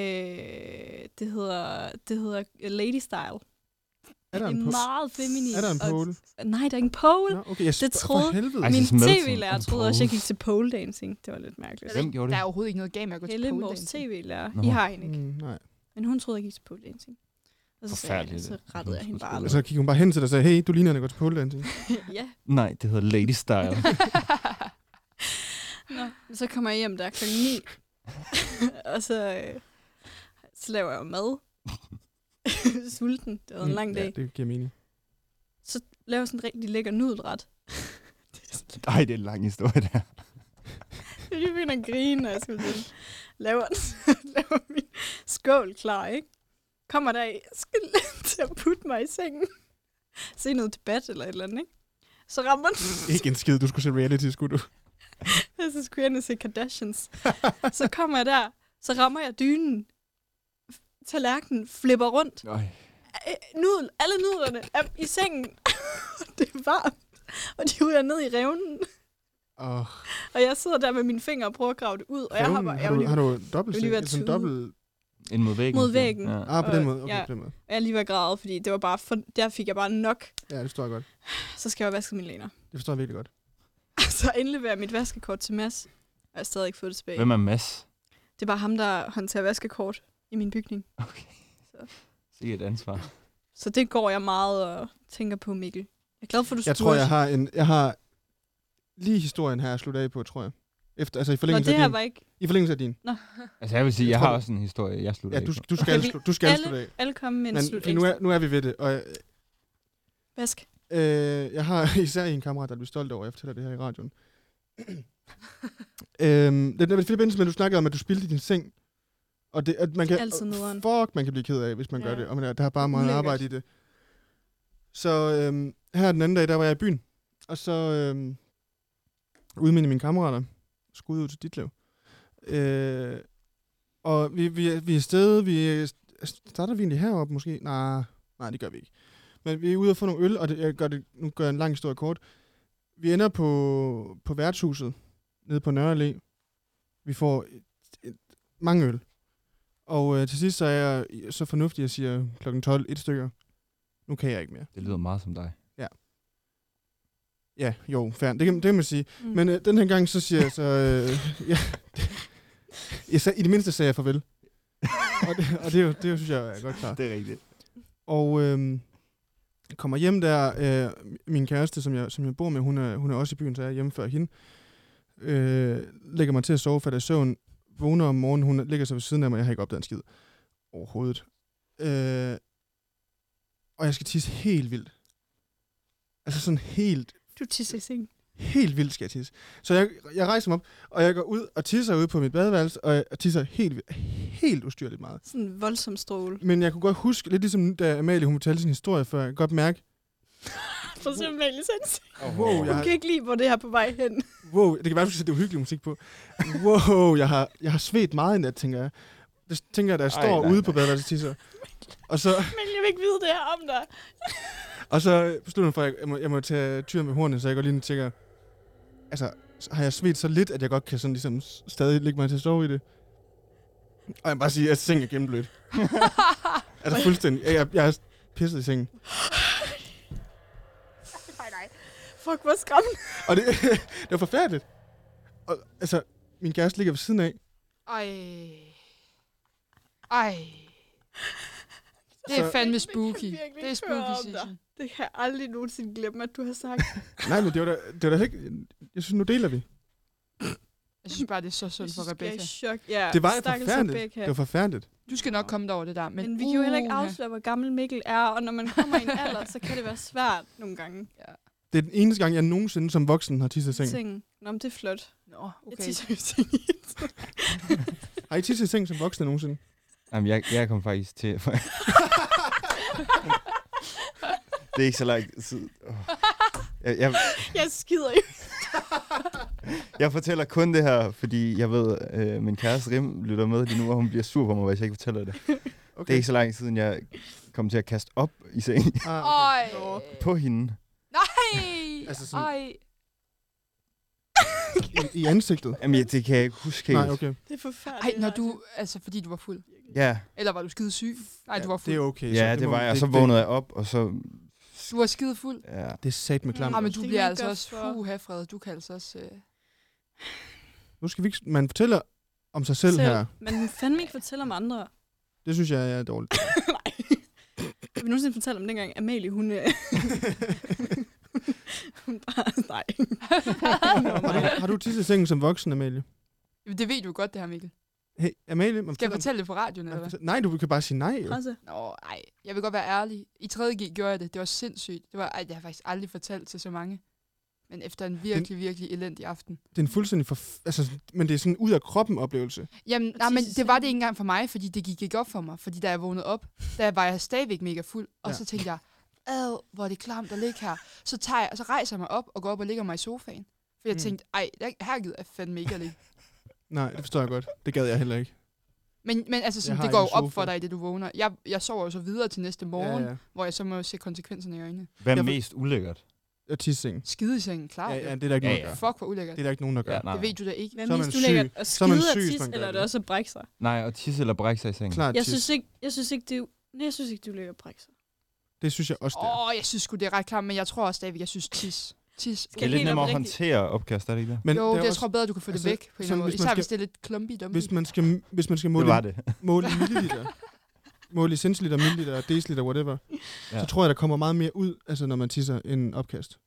S2: det, hedder, det hedder Lady Style.
S3: Er der
S2: det
S3: en,
S2: er
S3: po-
S2: meget feminint.
S3: er der en pole?
S2: Og, nej, der er ingen pole.
S3: Nå, okay, jeg
S2: det
S3: sp-
S2: troede-
S3: For helvede.
S1: Ej,
S2: Min
S1: så smelter
S2: tv-lærer
S1: hun
S2: troede
S1: pole.
S2: også, jeg gik til pole dancing. Det var lidt mærkeligt.
S1: Hvem gjorde
S5: Der
S1: det?
S5: er overhovedet ikke noget game, jeg går til
S2: Helle,
S5: pole
S2: vores
S5: dancing.
S2: tv-lærer.
S1: Nå.
S2: I har hende ikke.
S3: Mm, nej.
S2: Men hun troede, jeg gik til pole dancing. Og så, sagde jeg,
S1: Forfærdeligt,
S2: så
S1: det.
S2: rettede jeg hende bare.
S3: Og så kiggede hun bare hen til dig og sagde, hey, du ligner, at går til pole dancing.
S2: ja.
S1: Nej, det hedder Lady Style.
S2: Nå. Men Så kommer jeg hjem der klokken 9. og så, øh, så laver jeg jo mad. Sulten. Det var en lang
S3: Mm, Ja,
S2: dag.
S3: det giver mening.
S2: laver sådan en rigtig lækker nudelret.
S1: Nej, det er en lang historie der.
S2: Det skal lige begynde at grine, når jeg skal sådan lave, lave min skål klar, ikke? Kommer der, jeg skal til at putte mig i sengen. Se noget debat eller et eller andet, ikke? Så rammer den.
S3: Ikke en skid, du skulle se reality, skulle du?
S2: Og så skulle jeg ind og se Kardashians. så kommer jeg der, så rammer jeg dynen. Tallerkenen flipper rundt.
S1: Nej.
S2: Øh, Nudel, alle nudlerne er i sengen. Og det er varmt. Og de ryger ned i revnen.
S3: Og
S2: Og jeg sidder der med mine fingre og prøver at grave det ud. Og jeg har bare, jeg
S3: har,
S2: var
S3: du,
S2: lige,
S3: har du dobbelt
S2: jeg vil lige være
S3: seng? Sådan
S2: tude.
S3: dobbelt...
S1: Ind mod væggen.
S2: Mod væggen.
S1: Ja.
S3: Ah, på den
S2: Og-
S3: måde. Okay,
S2: ja.
S3: på den måde.
S2: jeg er lige ved at græde, fordi det var bare for, der fik jeg bare nok.
S3: Ja, det forstår jeg godt.
S2: Så skal jeg vaske mine læner.
S3: Det forstår jeg virkelig godt.
S2: Så indleverer jeg mit vaskekort til Mads. Og jeg har stadig ikke fået det tilbage.
S1: Hvem er Mads?
S2: Det er bare ham, der håndterer vaskekort i min bygning.
S1: Okay. Sikke et ansvar.
S2: Så det går jeg meget og tænker på, Mikkel. Jeg er glad for, at du
S3: Jeg tror, jeg har en... Jeg har lige historien her at slutte af på, tror jeg. Efter, altså i
S2: Nå,
S3: forlængelse,
S2: det her
S3: af, din.
S2: var ikke...
S3: I forlængelse af din.
S1: Altså, jeg vil sige, jeg,
S3: Jeg
S1: har
S3: tror-
S1: også en historie, jeg slutter
S3: Ja,
S1: af
S3: du,
S1: på.
S3: du skal,
S2: Kan vi
S3: slu- du skal
S2: Altså, alle-
S3: slutte af.
S2: Alle kom med en slut.
S3: Men nu er, nu er vi ved det, og jeg-
S2: Vask.
S3: Øh, jeg har især en kammerat, der bliver stolt over, at jeg fortæller det her i radioen. øhm, det er i forbindelse med, at du snakkede om, at du spildte din seng. Og det, at man kan,
S2: Altid nederen.
S3: fuck, man kan blive ked af, hvis man ja. gør
S2: Ja.
S3: det. Og man, er- der er bare meget
S2: Ulækkert.
S3: arbejde i det. Så øhm, her den anden dag, der var jeg i byen. Og så øhm, ude med mine kammerater. Skud ud til Ditlev. Øh, og vi, vi, er- vi er afsted. Vi er, starter vi egentlig heroppe måske? Nej, nej, det gør vi ikke. Men vi er ude og få nogle øl, og det, jeg gør det, nu gør jeg en lang historie kort. Vi ender på, på værtshuset nede på Nørre Allé. Vi får et, et, mange øl. Og øh, til sidst så er jeg så fornuftig, at jeg siger kl. 12 et stykker. Nu kan jeg ikke mere.
S1: Det lyder meget som dig.
S3: Ja, jo, fair. Det kan, det kan man sige. Mm. Men øh, den her gang, så siger jeg så... Øh, ja, jeg sag, I det mindste sagde jeg farvel. og det, og det, er jo- det, er jo, synes jeg er godt klart.
S1: Det er rigtigt.
S3: Og øh, kommer hjem der, øh, min kæreste, som jeg, som jeg bor med, hun er, hun er også i byen, så jeg er hjemme før hende. Øh, lægger mig til at sove, falder i søvn, vågner om morgenen, hun ligger sig ved siden af mig, jeg har ikke opdaget en skid overhovedet. Øh, og jeg skal tisse helt vildt. Altså sådan helt,
S2: Du tisser i sengen.
S3: helt vildt skal jeg tisse. Så jeg, jeg rejser mig op, og jeg går ud og tisser ude på mit badeværelse, og jeg tisser helt, vildt- helt ustyrligt meget.
S2: Sådan en voldsom stråle.
S3: Men jeg kunne godt huske, lidt ligesom da Amalie hun fortalte sin historie før, jeg kunne godt mærke,
S2: For simpelthen licens.
S3: wow, jeg
S2: Du
S3: har,
S2: kan ikke lide, hvor det her er på vej hen.
S3: wow, det kan være, du skal sætte uhyggelig musik på. Wow, jeg har, jeg har svedt meget i nat, tænker jeg. Det tænker jeg, da jeg
S1: Ej,
S3: står
S1: nej,
S3: ude
S1: nej.
S3: på badeværelsetisser. Og så,
S2: Men jeg vil ikke vide det her om dig.
S3: og så beslutter jeg mig for, at jeg må, jeg må tage tyren med hornene, så jeg går lige ind og tænker, altså, har jeg svedt så lidt, at jeg godt kan sådan ligesom s- stadig lægge mig til at sove i det? Og jeg må bare sige, at sengen er gennemblødt. altså fuldstændig. Jeg, jeg, jeg er pisset i sengen.
S2: Nej, nej. Fuck, hvor skræmmende.
S3: Og det, det var forfærdeligt. Og, altså, min kæreste ligger ved siden af.
S5: Ej. Ej. Det er
S3: Så-
S5: fandme spooky.
S2: Jeg kan virkelig
S5: Det er
S2: ikke høre om
S5: spooky
S2: dig.
S5: season.
S2: Det kan jeg aldrig nogensinde glemme, at du har sagt.
S3: Nej, men det var da, det var da ikke... Jeg synes, nu deler vi.
S5: Jeg synes bare, det er så synd for
S2: Jeg er
S5: Rebecca.
S2: i chok. Ja,
S3: Det var
S2: stakkels
S3: forfærdeligt.
S2: Rebecca.
S3: Det var forfærdeligt.
S5: Du skal nok komme derover det der. Men,
S2: Men vi kan jo heller ikke
S5: uha.
S2: afsløre, hvor gammel Mikkel er, og når man kommer i en alder, så kan det være svært nogle gange.
S3: Det er den eneste gang, jeg nogensinde som voksen har tisset i sengen.
S2: Sengen. Nå, men det er flot.
S5: Nå,
S2: Jeg
S5: okay.
S2: tisser i sengen.
S3: Har I tisset i sengen som voksne nogensinde?
S1: Jamen, jeg, jeg kom faktisk til... det er ikke så langt tid. Åh. Jeg, jeg,
S2: Jeg skider jo.
S1: jeg fortæller kun det her, fordi jeg ved, øh, min kæreste Rim lytter med lige nu, og hun bliver sur på mig, hvis jeg ikke fortæller det. Okay. Det er ikke så lang tid siden, jeg kom til at kaste op i sengen
S3: Ah,
S5: Ej.
S1: på hende.
S5: Nej.
S3: Altså
S5: Altså
S3: sådan-
S5: sådan... Ej.
S3: I, I ansigtet?
S1: Jamen, jeg, det kan jeg ikke huske helt.
S3: Nej, okay.
S2: Det er
S5: Ej,
S2: forfærdeligt.
S5: når du... Altså, fordi du var fuld.
S1: Ja,
S5: Eller var du skide syg? Nej, du var
S3: Det
S5: fuld.
S3: er okay. så
S1: ja det,
S3: må
S1: var
S3: man-
S1: jeg. Og så
S3: det-
S1: vågnede jeg op, og så...
S5: Du var skide fuld.
S1: Ja.
S3: Det, det er sat med klamt.
S5: Ja, men du
S2: Det
S5: bliver
S2: kan
S5: altså
S2: jeg
S5: også...
S2: godt for.
S5: Puha, Frede, du kan altså også... Øh...
S3: Nu skal vi ikke... Man fortæller om sig selv, her.
S2: Men hun fandme ikke fortælle om andre.
S3: Det synes jeg er dårligt.
S2: Nej. Jeg vil nogensinde fortælle om dengang Amalie, hun... øh, hun bare... Nej.
S3: har, du, har du tisset i sengen som voksen, Amalie?
S5: Jamen, Det ved du jo godt, det her, Mikkel.
S3: Hey, Amalie, man
S5: Skal jeg
S3: fortæller-
S5: fortælle det på radioen, eller
S3: man
S5: hvad?
S3: fortæller- Nej, du kan bare sige nej. Jo.
S2: Også.
S5: Nå, ej. Jeg vil godt være ærlig. I 3.G gjorde jeg det. Det var sindssygt. Det var, ej, det har jeg faktisk aldrig fortalt til så mange. Men efter en virkelig, virkelig elendig aften.
S3: Det er en fuldstændig forf- altså, men det er sådan en ud af kroppen oplevelse.
S5: Jamen, nej,
S2: tisse
S5: men
S2: selv.
S5: det var det ikke engang for mig, fordi det gik ikke op for mig. Fordi da jeg vågnede op, der var jeg stadigvæk mega fuld. Og
S3: Ja.
S5: ja. så tænkte jeg, ad, hvor er det klamt at ligge her. Så, tager jeg, så rejser jeg mig op og går op og ligger mig i sofaen. For jeg
S3: Mm.
S5: mm. tænkte, ej, der- her gider jeg fandme ikke at ligge.
S3: Nej, det forstår jeg godt. Det gad jeg heller ikke.
S5: Men, men altså, sådan,
S3: har
S5: det
S3: ikke
S5: går
S3: en
S5: jo op
S3: sofa.
S5: for dig, det du vågner. Jeg, jeg sover jo så videre til næste morgen, ja,
S3: ja.
S5: ja. hvor jeg så må se konsekvenserne i øjnene.
S1: Hvad er
S3: Jeg ved-
S1: mest ulækkert?
S3: Og tissengen.
S5: Skide i sengen, klar.
S3: Ja,
S5: Ja,
S3: ja, det er der ikke
S1: Ja,
S3: nogen, der
S1: ja.
S3: gør.
S5: Fuck, hvor ulækkert.
S3: Det er der ikke nogen, der gør.
S1: nej.
S5: Det ved du da ikke.
S2: Hvad
S3: Så er man
S2: mest ulækkert?
S3: syg.
S2: At
S3: Så er man
S2: skide og
S3: syg, hvis
S2: tisse,
S3: man gør
S2: eller er det
S3: det.
S2: også at brække sig?
S1: Nej, og tisse eller brække sig i sengen.
S3: Klart
S2: Jeg
S3: tis.
S2: synes ikke, jeg synes ikke, det er... u- Nej, jeg synes ikke, det er ulækkert at brække sig.
S3: Det synes jeg også, det er.
S5: Åh, oh, jeg synes sgu, det er ret klamt, men jeg tror også stadigvæk, jeg synes tis. Tis.
S1: Det er
S2: Skal
S1: lidt
S2: helt
S1: nemmere at
S2: oprigtigt.
S1: håndtere opkast, er det ikke det?
S3: Men
S5: jo,
S3: der
S5: det,
S3: er
S5: jeg
S3: også-
S5: tror bedre, du kan få
S3: altså,
S5: det væk på en eller
S3: sådan,
S5: anden måde.
S3: hvis man
S5: Især
S3: skal-
S5: hvis det er lidt klumpy dumpy.
S3: hvis man skal, hvis man skal måle,
S1: Det var det.
S3: måle i milliliter, måle i centiliter, milliliter, deciliter, whatever, ja.
S1: Ja.
S3: så tror jeg, der kommer meget mere ud, altså, når man tisser, end opkast.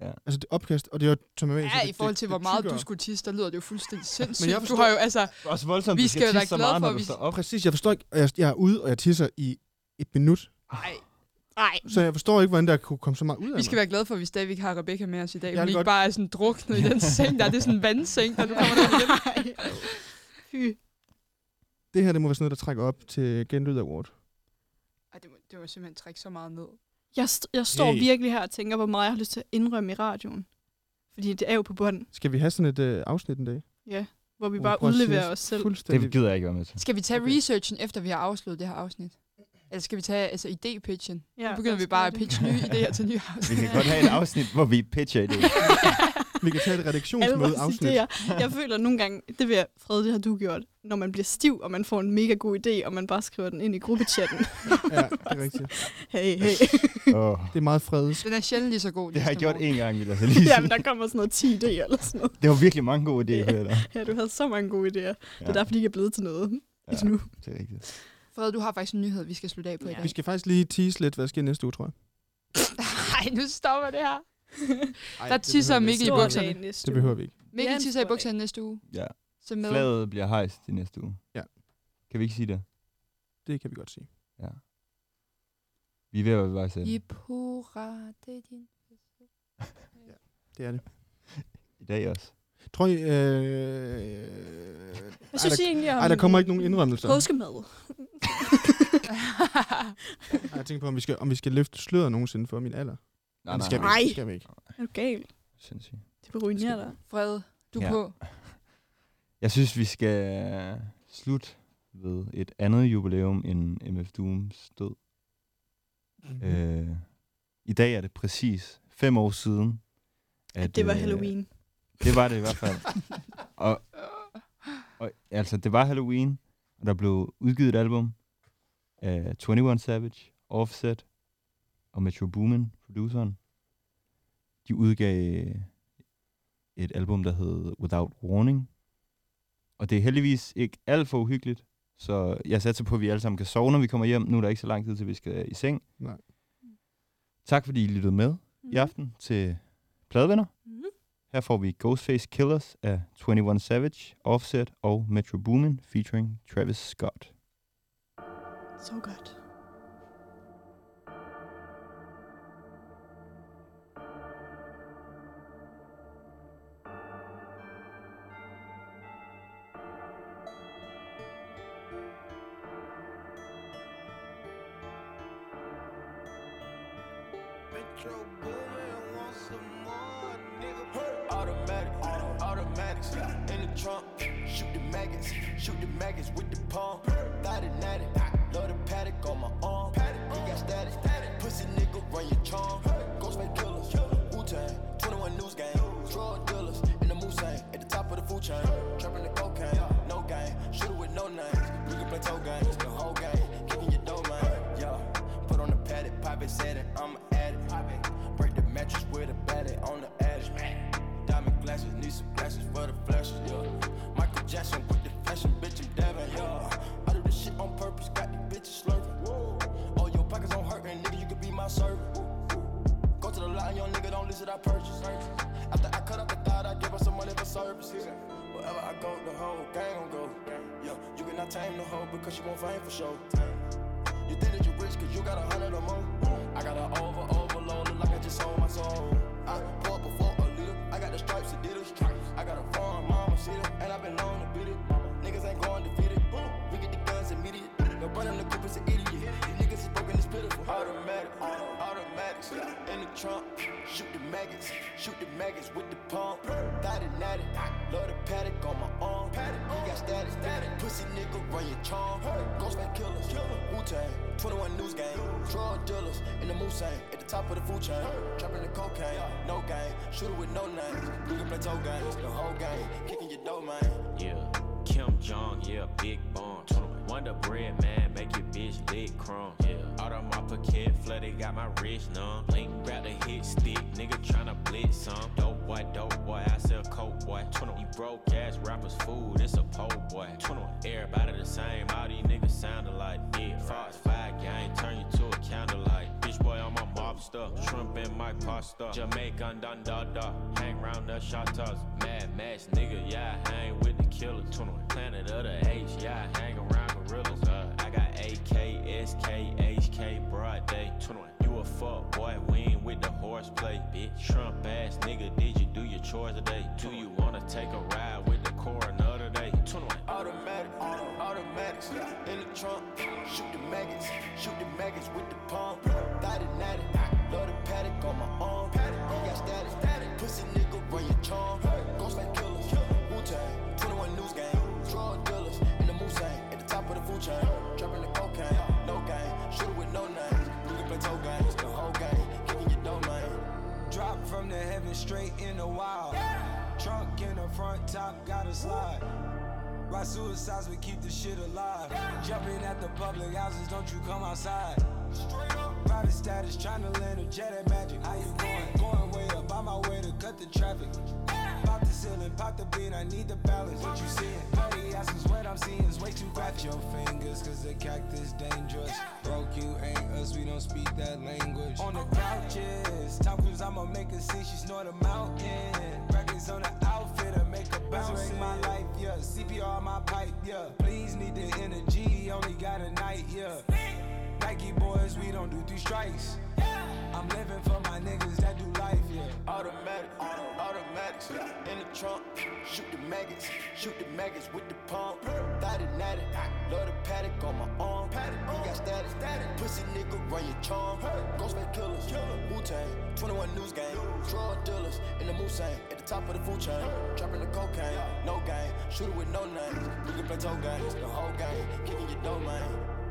S1: Ja.
S3: Altså det opkast, og det er jo som jeg mener,
S5: Ja,
S3: det-
S5: i forhold
S3: altså, det-
S5: til,
S3: det
S5: hvor meget
S3: tykkere.
S5: du skulle tisse, der lyder det jo fuldstændig
S3: Men jeg
S5: sindssygt. Du
S3: forstår-
S5: har jo altså...
S1: Også voldsomt,
S5: Vi
S1: du
S5: skal jo da
S1: tisse så
S5: glade
S1: meget,
S5: for,
S1: når
S5: at
S1: du
S5: vi-
S1: står op.
S3: Præcis, jeg forstår ikke, og jeg, jeg er ude, og jeg tisser i et minut,
S5: Ej. Ej.
S3: så jeg forstår ikke, hvordan der kunne komme så meget ud af
S5: Vi skal
S3: mig.
S5: være glade for, at vi stadigvæk har Rebecca med os i dag.
S3: Jeg
S5: Ja,
S3: vil
S5: vi ikke
S3: godt-
S5: bare er sådan druknet i den seng der. Det er sådan en vandseng, der du kommer der igen.
S2: Fy.
S3: Det her, det må være sådan noget, der trækker op til Genlyd Award.
S5: Ej, det, må, det må simpelthen trække så meget ned.
S2: Jeg, st- jeg står
S3: Hey.
S2: hey. virkelig her og tænker, hvor meget jeg har lyst til at indrømme i radioen. Fordi det er jo på bunden,
S3: Skal vi have sådan et øh, afsnit en dag?
S2: ja. Hvor vi
S3: Hvor
S2: bare
S3: prøver at
S2: udleverer
S3: sige
S2: os selv.
S3: Fuldstændig.
S1: Det gider jeg ikke være med til.
S5: Skal vi tage
S3: Okay.
S5: okay. researchen, efter vi har afsluttet det her afsnit? Eller skal vi tage altså, idé-pitchen?
S2: Ja,
S5: Ja, nu begynder
S2: lad
S5: vi
S2: os
S5: bare
S2: gøre
S5: at
S2: det.
S5: pitche nye idéer til nye
S1: Vi
S5: afsnit.
S1: kan godt have et afsnit, hvor vi pitcher i det.
S3: Vi kan tage et
S2: Alle
S3: redaktionsmøde
S2: vores
S3: afsnit.
S2: idéer. Jeg føler nogle gange, det vil jeg, Fred, det har du gjort, når man bliver stiv, og man får en mega god idé, og man bare skriver den ind i gruppechatten.
S3: Ja, det er rigtigt.
S2: hey, hey.
S1: Oh.
S3: Det er meget fredes.
S5: Den er sjældent lige så god. ligesom.
S1: Det har jeg
S5: næste morgen.
S1: gjort én gang, vil jeg så lige sige.
S2: Jamen, der kommer sådan noget 10 idéer eller sådan noget.
S1: Det var virkelig mange gode idéer, hører jeg.
S2: Ja, du havde så mange gode idéer. Ja. Det
S1: Ja.
S2: er derfor, de ikke er blevet til noget
S1: Ja,
S2: ja. nu.
S1: det er rigtigt.
S5: Fred, du har faktisk en nyhed, vi skal slutte af på i
S2: Ja.
S5: dag.
S3: Vi skal faktisk lige tease lidt, hvad der sker næste uge, tror jeg.
S5: Nej, nu stopper det her.
S3: Ej,
S5: Der tisser Mikkel i
S2: Stor
S5: bukserne.
S2: dag næste
S3: Det
S2: uge.
S3: behøver vi ikke.
S5: Mikkel
S2: Ja, en
S5: tisser
S2: stor
S5: i
S2: dag.
S5: bukserne næste uge.
S1: Ja.
S5: Så med.
S1: Flaget bliver hejst i næste uge.
S3: Ja.
S1: Kan vi ikke sige det?
S3: Det kan vi godt sige.
S1: Ja. Vi er ved at være vejs ende.
S5: Jip, hurra, det er din.
S3: Det er det.
S1: I dag også.
S3: Tror I... Øh...
S2: Hvad synes
S3: ej,
S2: I egentlig
S3: der,
S2: om
S3: ej, der kommer ikke nogen indrømmelser.
S2: Påskemad.
S3: Ej, jeg tænker på, om vi skal, om vi skal løfte sløret nogensinde for min alder. Men det skal vi
S1: nej.
S2: Nej.
S3: ikke. Det skal vi ikke.
S2: er du gal?
S1: Sindssygt.
S2: Det vil ruinere dig.
S5: Fred, du
S1: Ja.
S5: ja. på.
S1: Jeg synes, vi skal slutte ved et andet jubilæum end MF Dooms død.
S3: Mhm.
S1: Mm. Øh, I dag er det præcis fem år siden, at,
S2: Det var
S1: øh,
S2: Halloween.
S1: Det var det i hvert fald. og, og altså, det var Halloween, og der blev udgivet et album af 21 Savage, Offset og Metro Boomin, produceren. De udgav øh, et album, der hed Without Warning. Og det er heldigvis ikke alt for uhyggeligt, så jeg satser på, at vi alle sammen kan sove, når vi kommer hjem. Nu er der ikke så lang tid, til vi skal i seng.
S3: Nej.
S1: Tak fordi I lyttede med i aften til Pladevenner.
S2: Mhm.
S1: Her får vi Ghostface Killers af 21 Savage, Offset og Metro Boomin featuring Travis Scott.
S2: Så godt.
S10: Metro Boomin want some more, nigga. Automatic, automatic, in the trunk. Shoot the maggots, shoot the maggots with the pump. Thought it at it, love the paddock on my arm. You got static, pussy nigga, run your charm. Ghostface killers, Wu Tang, 21 news gang. Drug dealers in the Musang, at the top of the food chain. Trapping the cocaine, no game. Shooter with no names, you can play toe games, the whole game. Kicking your dough, man. Yeah, put on the padded, pop it, set it, I'm at it. Break the mattress with a battery on the edge. Diamond glasses, need some glasses for the flashes, yeah. Michael Jackson with the fashion, bitch, I'm Devin, yeah. I do this shit on purpose, got these bitches slurping. All your pockets on hurting, nigga, you could be my servant. Go to the line, young nigga, don't listen, I purchase. After I cut up the thought, I give her some money for services. Wherever I go, the whole gang gon' go. Yeah, you cannot tame the hoe because she won't fame for sure. You think that you rich cause you got a hundred or more. I got an over, overload, look like I just sold my soul. I pour before a I got a farm, mama, shit, and I've been long to beat it. Niggas ain't going defeated. We get the guns immediate. The run in the group is an idiot. These niggas is broken, it's pitiful. Automatic, automatics in the trunk. Shoot the maggots, shoot the maggots with the pump. Got it, natty. Love the paddock on my arm. We got status, pussy nigga, run your charm. Ghostface killers, Wu Tang, 21 News gang, drug dealers in the Moosang, at the top of the food chain. Dropping the cocaine, no game, shooter with no name. You can play toe games, the whole game, kicking your dough, man.
S11: Yeah, Kim Jong, yeah, big bomb. Wonder bread, man, make your bitch lick crumbs. Yeah, out of my pocket, flooded, got my wrist numb. Link, grab the hit stick, nigga tryna blitz some. Dope boy, dope boy, I sell coke boy. You broke ass rappers, food, it's a pole boy. Everybody the same, all these niggas sound alike. Yeah, Fox 5 gang, turn you to a candlelight. Bitch boy, I'm a mobster, shrimp in my pasta. Jamaican dun da da, hang round the shotas. Mad Max, nigga, yeah, I hang with the killers. Planet of the apes, yeah, I hang around gorillas. Uh, I got AK, SK, HK, broad day. You a fuck boy, we ain't with the horseplay, bitch. Trump ass nigga, did you do your chores today? Do you wanna take a ride with the coroner today?
S10: Automatic, automatics in the trunk. Shoot the maggots, shoot the maggots with the pump. Thought it natty, love the paddock on my arm. We got status, pussy nigga, run your charm. Ghost like killers, Wu Tang, 21 News gang, drug dealers in the Moosang, at the top of the food chain. Dropping the cocaine, no game, shooter with no name. You can play toe games, the whole game, kicking your dough, man.
S12: Drop from the heaven straight in the wild. Trunk in the front top, gotta slide. Why suicides, we keep the shit alive. Jumping at the public houses, don't you come outside. Straight up. Private status, trying to land a jet at magic. How you going? Going way up, on my way to cut the traffic. Pop the ceiling, pop the bean, I need the balance. What you seeing? Buddy asks what I'm seeing is way too graphic. Your fingers, cause the cactus dangerous. Broke you ain't us, we don't speak that language. On the couches, top cruise, I'ma make her see she snort a mountain. Records on the outfit, I make her bounce. Resurrect my life, yeah. CPR my pipe, yeah. Please need the energy, only got a night, yeah. Nike boys, we don't do three strikes. I'm living for my niggas that do life, yeah.
S10: Automatic, automatics in the trunk. Shoot the maggots, shoot the maggots with the pump. Thought it natty, love the paddock on my arm. We got status, pussy nigga, run your charm. Ghostface killers, Wu Tang, 21 News gang, drug dealers in the Moosang, at the top of the food chain. Dropping the cocaine, no game, shooter with no name. You can play toe games, the whole game, kicking your dough, man.